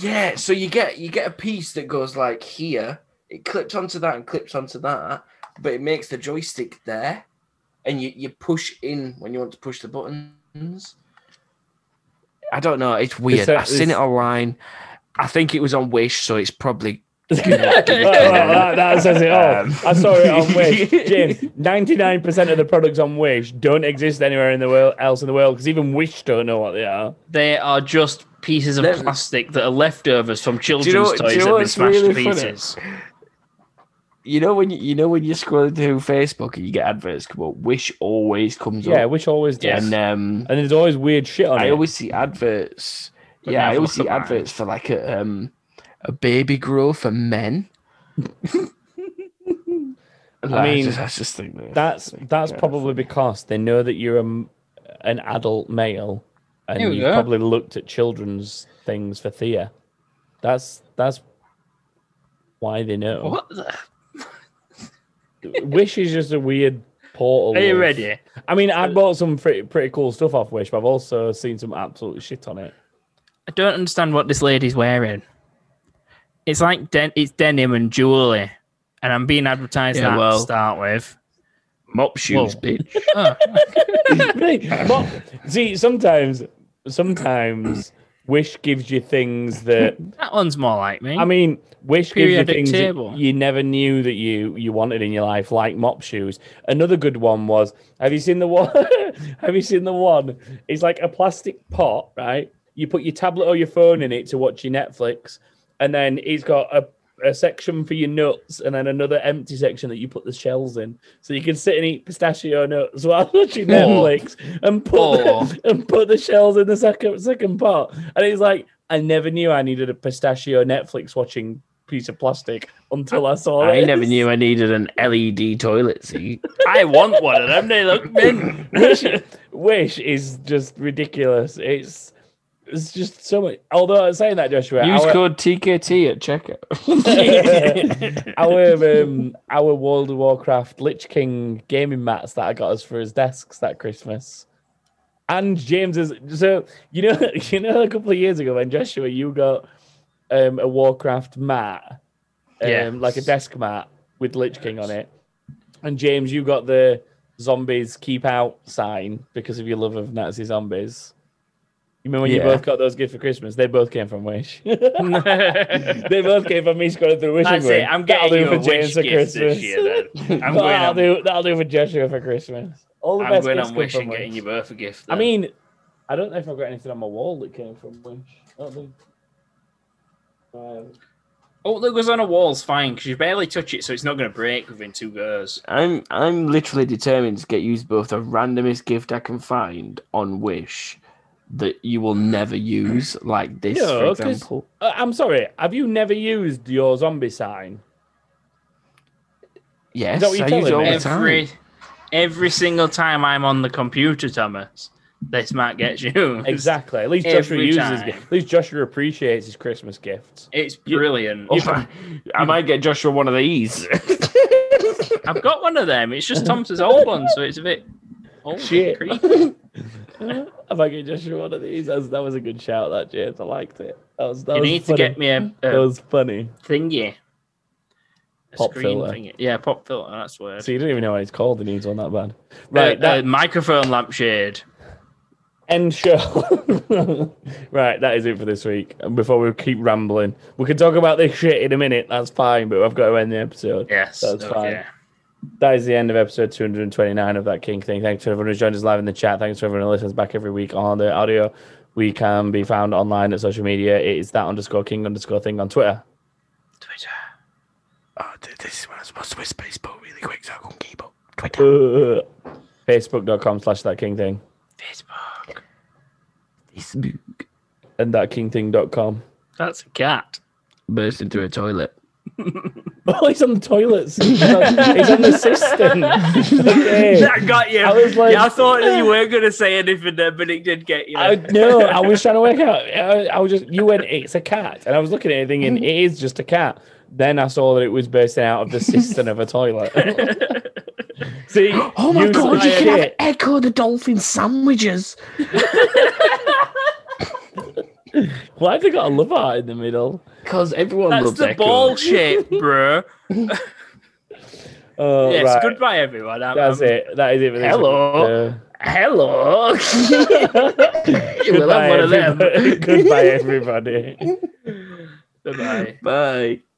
S2: Yeah, so you get you get a piece that goes like here. It clips onto that and clips onto that, but it makes the joystick there, and you you push in when you want to push the buttons. I don't know. It's weird.
S1: that-
S2: I've seen
S1: is-
S2: it online. I think it was on Wish, so it's probably
S1: Well, that, that says it all.
S2: Um,
S1: I saw it on Wish. James, ninety-nine percent of the products on Wish don't exist anywhere in the world else in the world because even Wish don't know what they are.
S3: They are just pieces of
S2: Let-
S3: plastic that are leftovers from children's
S2: what- do you know
S3: toys that have been
S2: what's
S3: smashed to
S2: really funny?
S3: pieces.
S2: you know when you, you know when you scroll through Facebook and you get adverts come up. Wish always comes
S1: Yeah,
S2: up,
S1: Wish always does.
S2: and um,
S1: And there's always weird shit on
S2: I
S1: it.
S2: always see adverts.
S3: But
S2: yeah, I
S3: never
S2: always
S3: look
S2: see
S3: at mine.
S2: adverts for like a um a baby grow for men. And I
S1: mean,
S2: just, I just think that-
S1: That's that's
S2: yeah.
S1: probably because they know that you're a m an adult male,
S3: Here
S1: and
S3: we
S1: you
S3: go.
S1: probably looked at children's things for Thea. That's that's why they know.
S3: What? The?
S1: Wish is just a weird portal.
S3: Are you
S1: of-
S3: ready? Uh,
S1: I mean, I bought some pretty pretty cool stuff off Wish, but I've also seen some absolute shit on it.
S3: I don't understand what this lady's wearing. It's like den- it's denim and jewelry, and I'm being advertised
S2: Yeah,
S3: that
S2: well-
S3: to start with.
S2: mop shoes,
S3: Whoa.
S2: bitch.
S3: Oh,
S1: Really? But see, sometimes sometimes Wish gives you things that
S3: that one's more like me.
S1: I mean, wish gives you
S3: Periodic
S1: things that
S3: table.
S1: you never knew that you you wanted in your life, like mop shoes. Another good one was: Have you seen the one? have you seen the one? It's like a plastic pot, right? You put your tablet or your phone in it to watch your Netflix, and then it's got a a section for your nuts, and then another empty section that you put the shells in, so you can sit and eat pistachio nuts while watching Netflix, and put
S3: Or-
S1: the, and put the shells in the second second pot. And it's like I never knew I needed a pistachio Netflix watching piece of plastic until I saw
S2: I
S1: this.
S2: never knew I needed an LED toilet seat.
S3: I want one of them. They look mint.
S1: Wish, Wish is just ridiculous. It's it's just so much. Although I'm saying that, Joshua,
S2: Use
S1: our,
S2: code TKT at checkout.
S1: our um our World of Warcraft Lich King gaming mats that I got us for his desks that Christmas. And James's so you know you know a couple of years ago when Joshua you got um a Warcraft mat. Um,
S3: Yeah.
S1: like a desk mat with Lich King on it. And James, you got the zombies keep out sign because of your love of Nazi zombies. You remember when you
S2: Yeah.
S1: both got those gifts for Christmas? They both came from Wish. they both came from me scrolling through Wishing
S3: That's it.
S1: Ring.
S3: I'm
S1: That'll
S3: getting you
S1: do
S3: a
S1: for James
S3: wish
S1: for
S3: gift
S1: Christmas.
S3: this year. Then I'm going.
S1: that'll,
S3: on-
S1: do, that'll do for Joshua for Christmas. All the
S3: I'm
S1: best
S3: going
S1: gifts
S3: on
S1: come
S3: wish
S1: from
S3: and getting
S1: Wish.
S3: your birth a gift.
S1: I
S3: then.
S1: mean, I don't know if I've got anything on my wall that came from Wish. I don't think. Um,
S3: oh, look, was on a wall's fine because you barely touch it, so it's not going to break within two goes.
S2: I'm I'm literally determined to get used both the randomest gift I can find on Wish that you will never use, like this, for
S1: No, 'cause-
S2: example.
S1: uh, I'm sorry. Have you never used your zombie sign?
S2: Yes,
S1: that what you're
S2: I use it all
S1: telling me?
S2: the time.
S3: Every every single time I'm on the computer, Thomas, this might get you
S1: Exactly. At least Joshua
S3: Every
S1: uses.
S3: time.
S1: At least Joshua appreciates his Christmas gifts.
S3: It's brilliant.
S2: Oh, my- I might get Joshua one of these.
S3: I've got one of them. It's just Thomas's old one, so it's a bit old and
S1: Shit.
S3: creepy.
S1: If I could Joshua one of these, that was, that was a good shout, that James. I liked it. That was. That
S3: You
S1: was
S3: need to
S1: funny.
S3: get me a,
S1: That
S3: a
S1: was funny.
S3: thingy. A
S1: Pop
S3: screen
S1: filter.
S3: thingy. Yeah, pop filter. That's the word.
S1: So you don't even know what it's called. He needs one that bad. Right.
S3: Uh,
S1: that
S3: uh, microphone lampshade.
S1: end show. right. That is it for this week. And before we keep rambling, we can talk about this shit in a minute. That's fine. But I've got to end the episode.
S3: Yes. Oh,
S1: That's
S3: okay.
S1: fine. That is the end of episode 229 of That King Thing. Thanks to everyone who's joined us live in the chat. Thanks to everyone who listens back every week on the audio. We can be found online at social media. It is that underscore king underscore thing on Twitter.
S2: Twitter. Oh, th- this is when I'm supposed to whisper Facebook really quick so I can keep up. Twitter.
S1: Uh, Facebook.com slash that king thing
S3: Facebook.
S2: Facebook.
S1: and thatkingthing.com.
S3: That's a cat.
S2: Burst into a toilet.
S1: Oh, he's on the toilets. He's on, he's on the system. Okay.
S3: That got you.
S1: I was like-
S3: yeah, I thought that you weren't going to say anything there, but it did get you.
S1: I, no, I was trying to work out. I, I was just, you went, it's a cat. And I was looking at it thinking, it is just a cat. Then I saw that it was bursting out of the cistern of a toilet. See,
S2: Oh my
S1: you
S2: god, you
S1: said
S2: can have
S1: it.
S2: Echo the Dolphin sandwiches.
S1: Why have they got a love heart in the middle?
S2: Because everyone
S3: That's
S2: loves
S3: the
S2: Echo.
S3: ball shape, bro.
S1: Oh,
S3: yes.
S1: right.
S3: Goodbye, everyone. I'm,
S1: That's
S3: I'm-
S1: it. That is it for this.
S2: Hello.
S1: week. Uh,
S2: Hello. you will
S1: goodbye,
S2: have one of them.
S1: everybody. goodbye, everybody.
S3: Goodbye.
S2: Bye.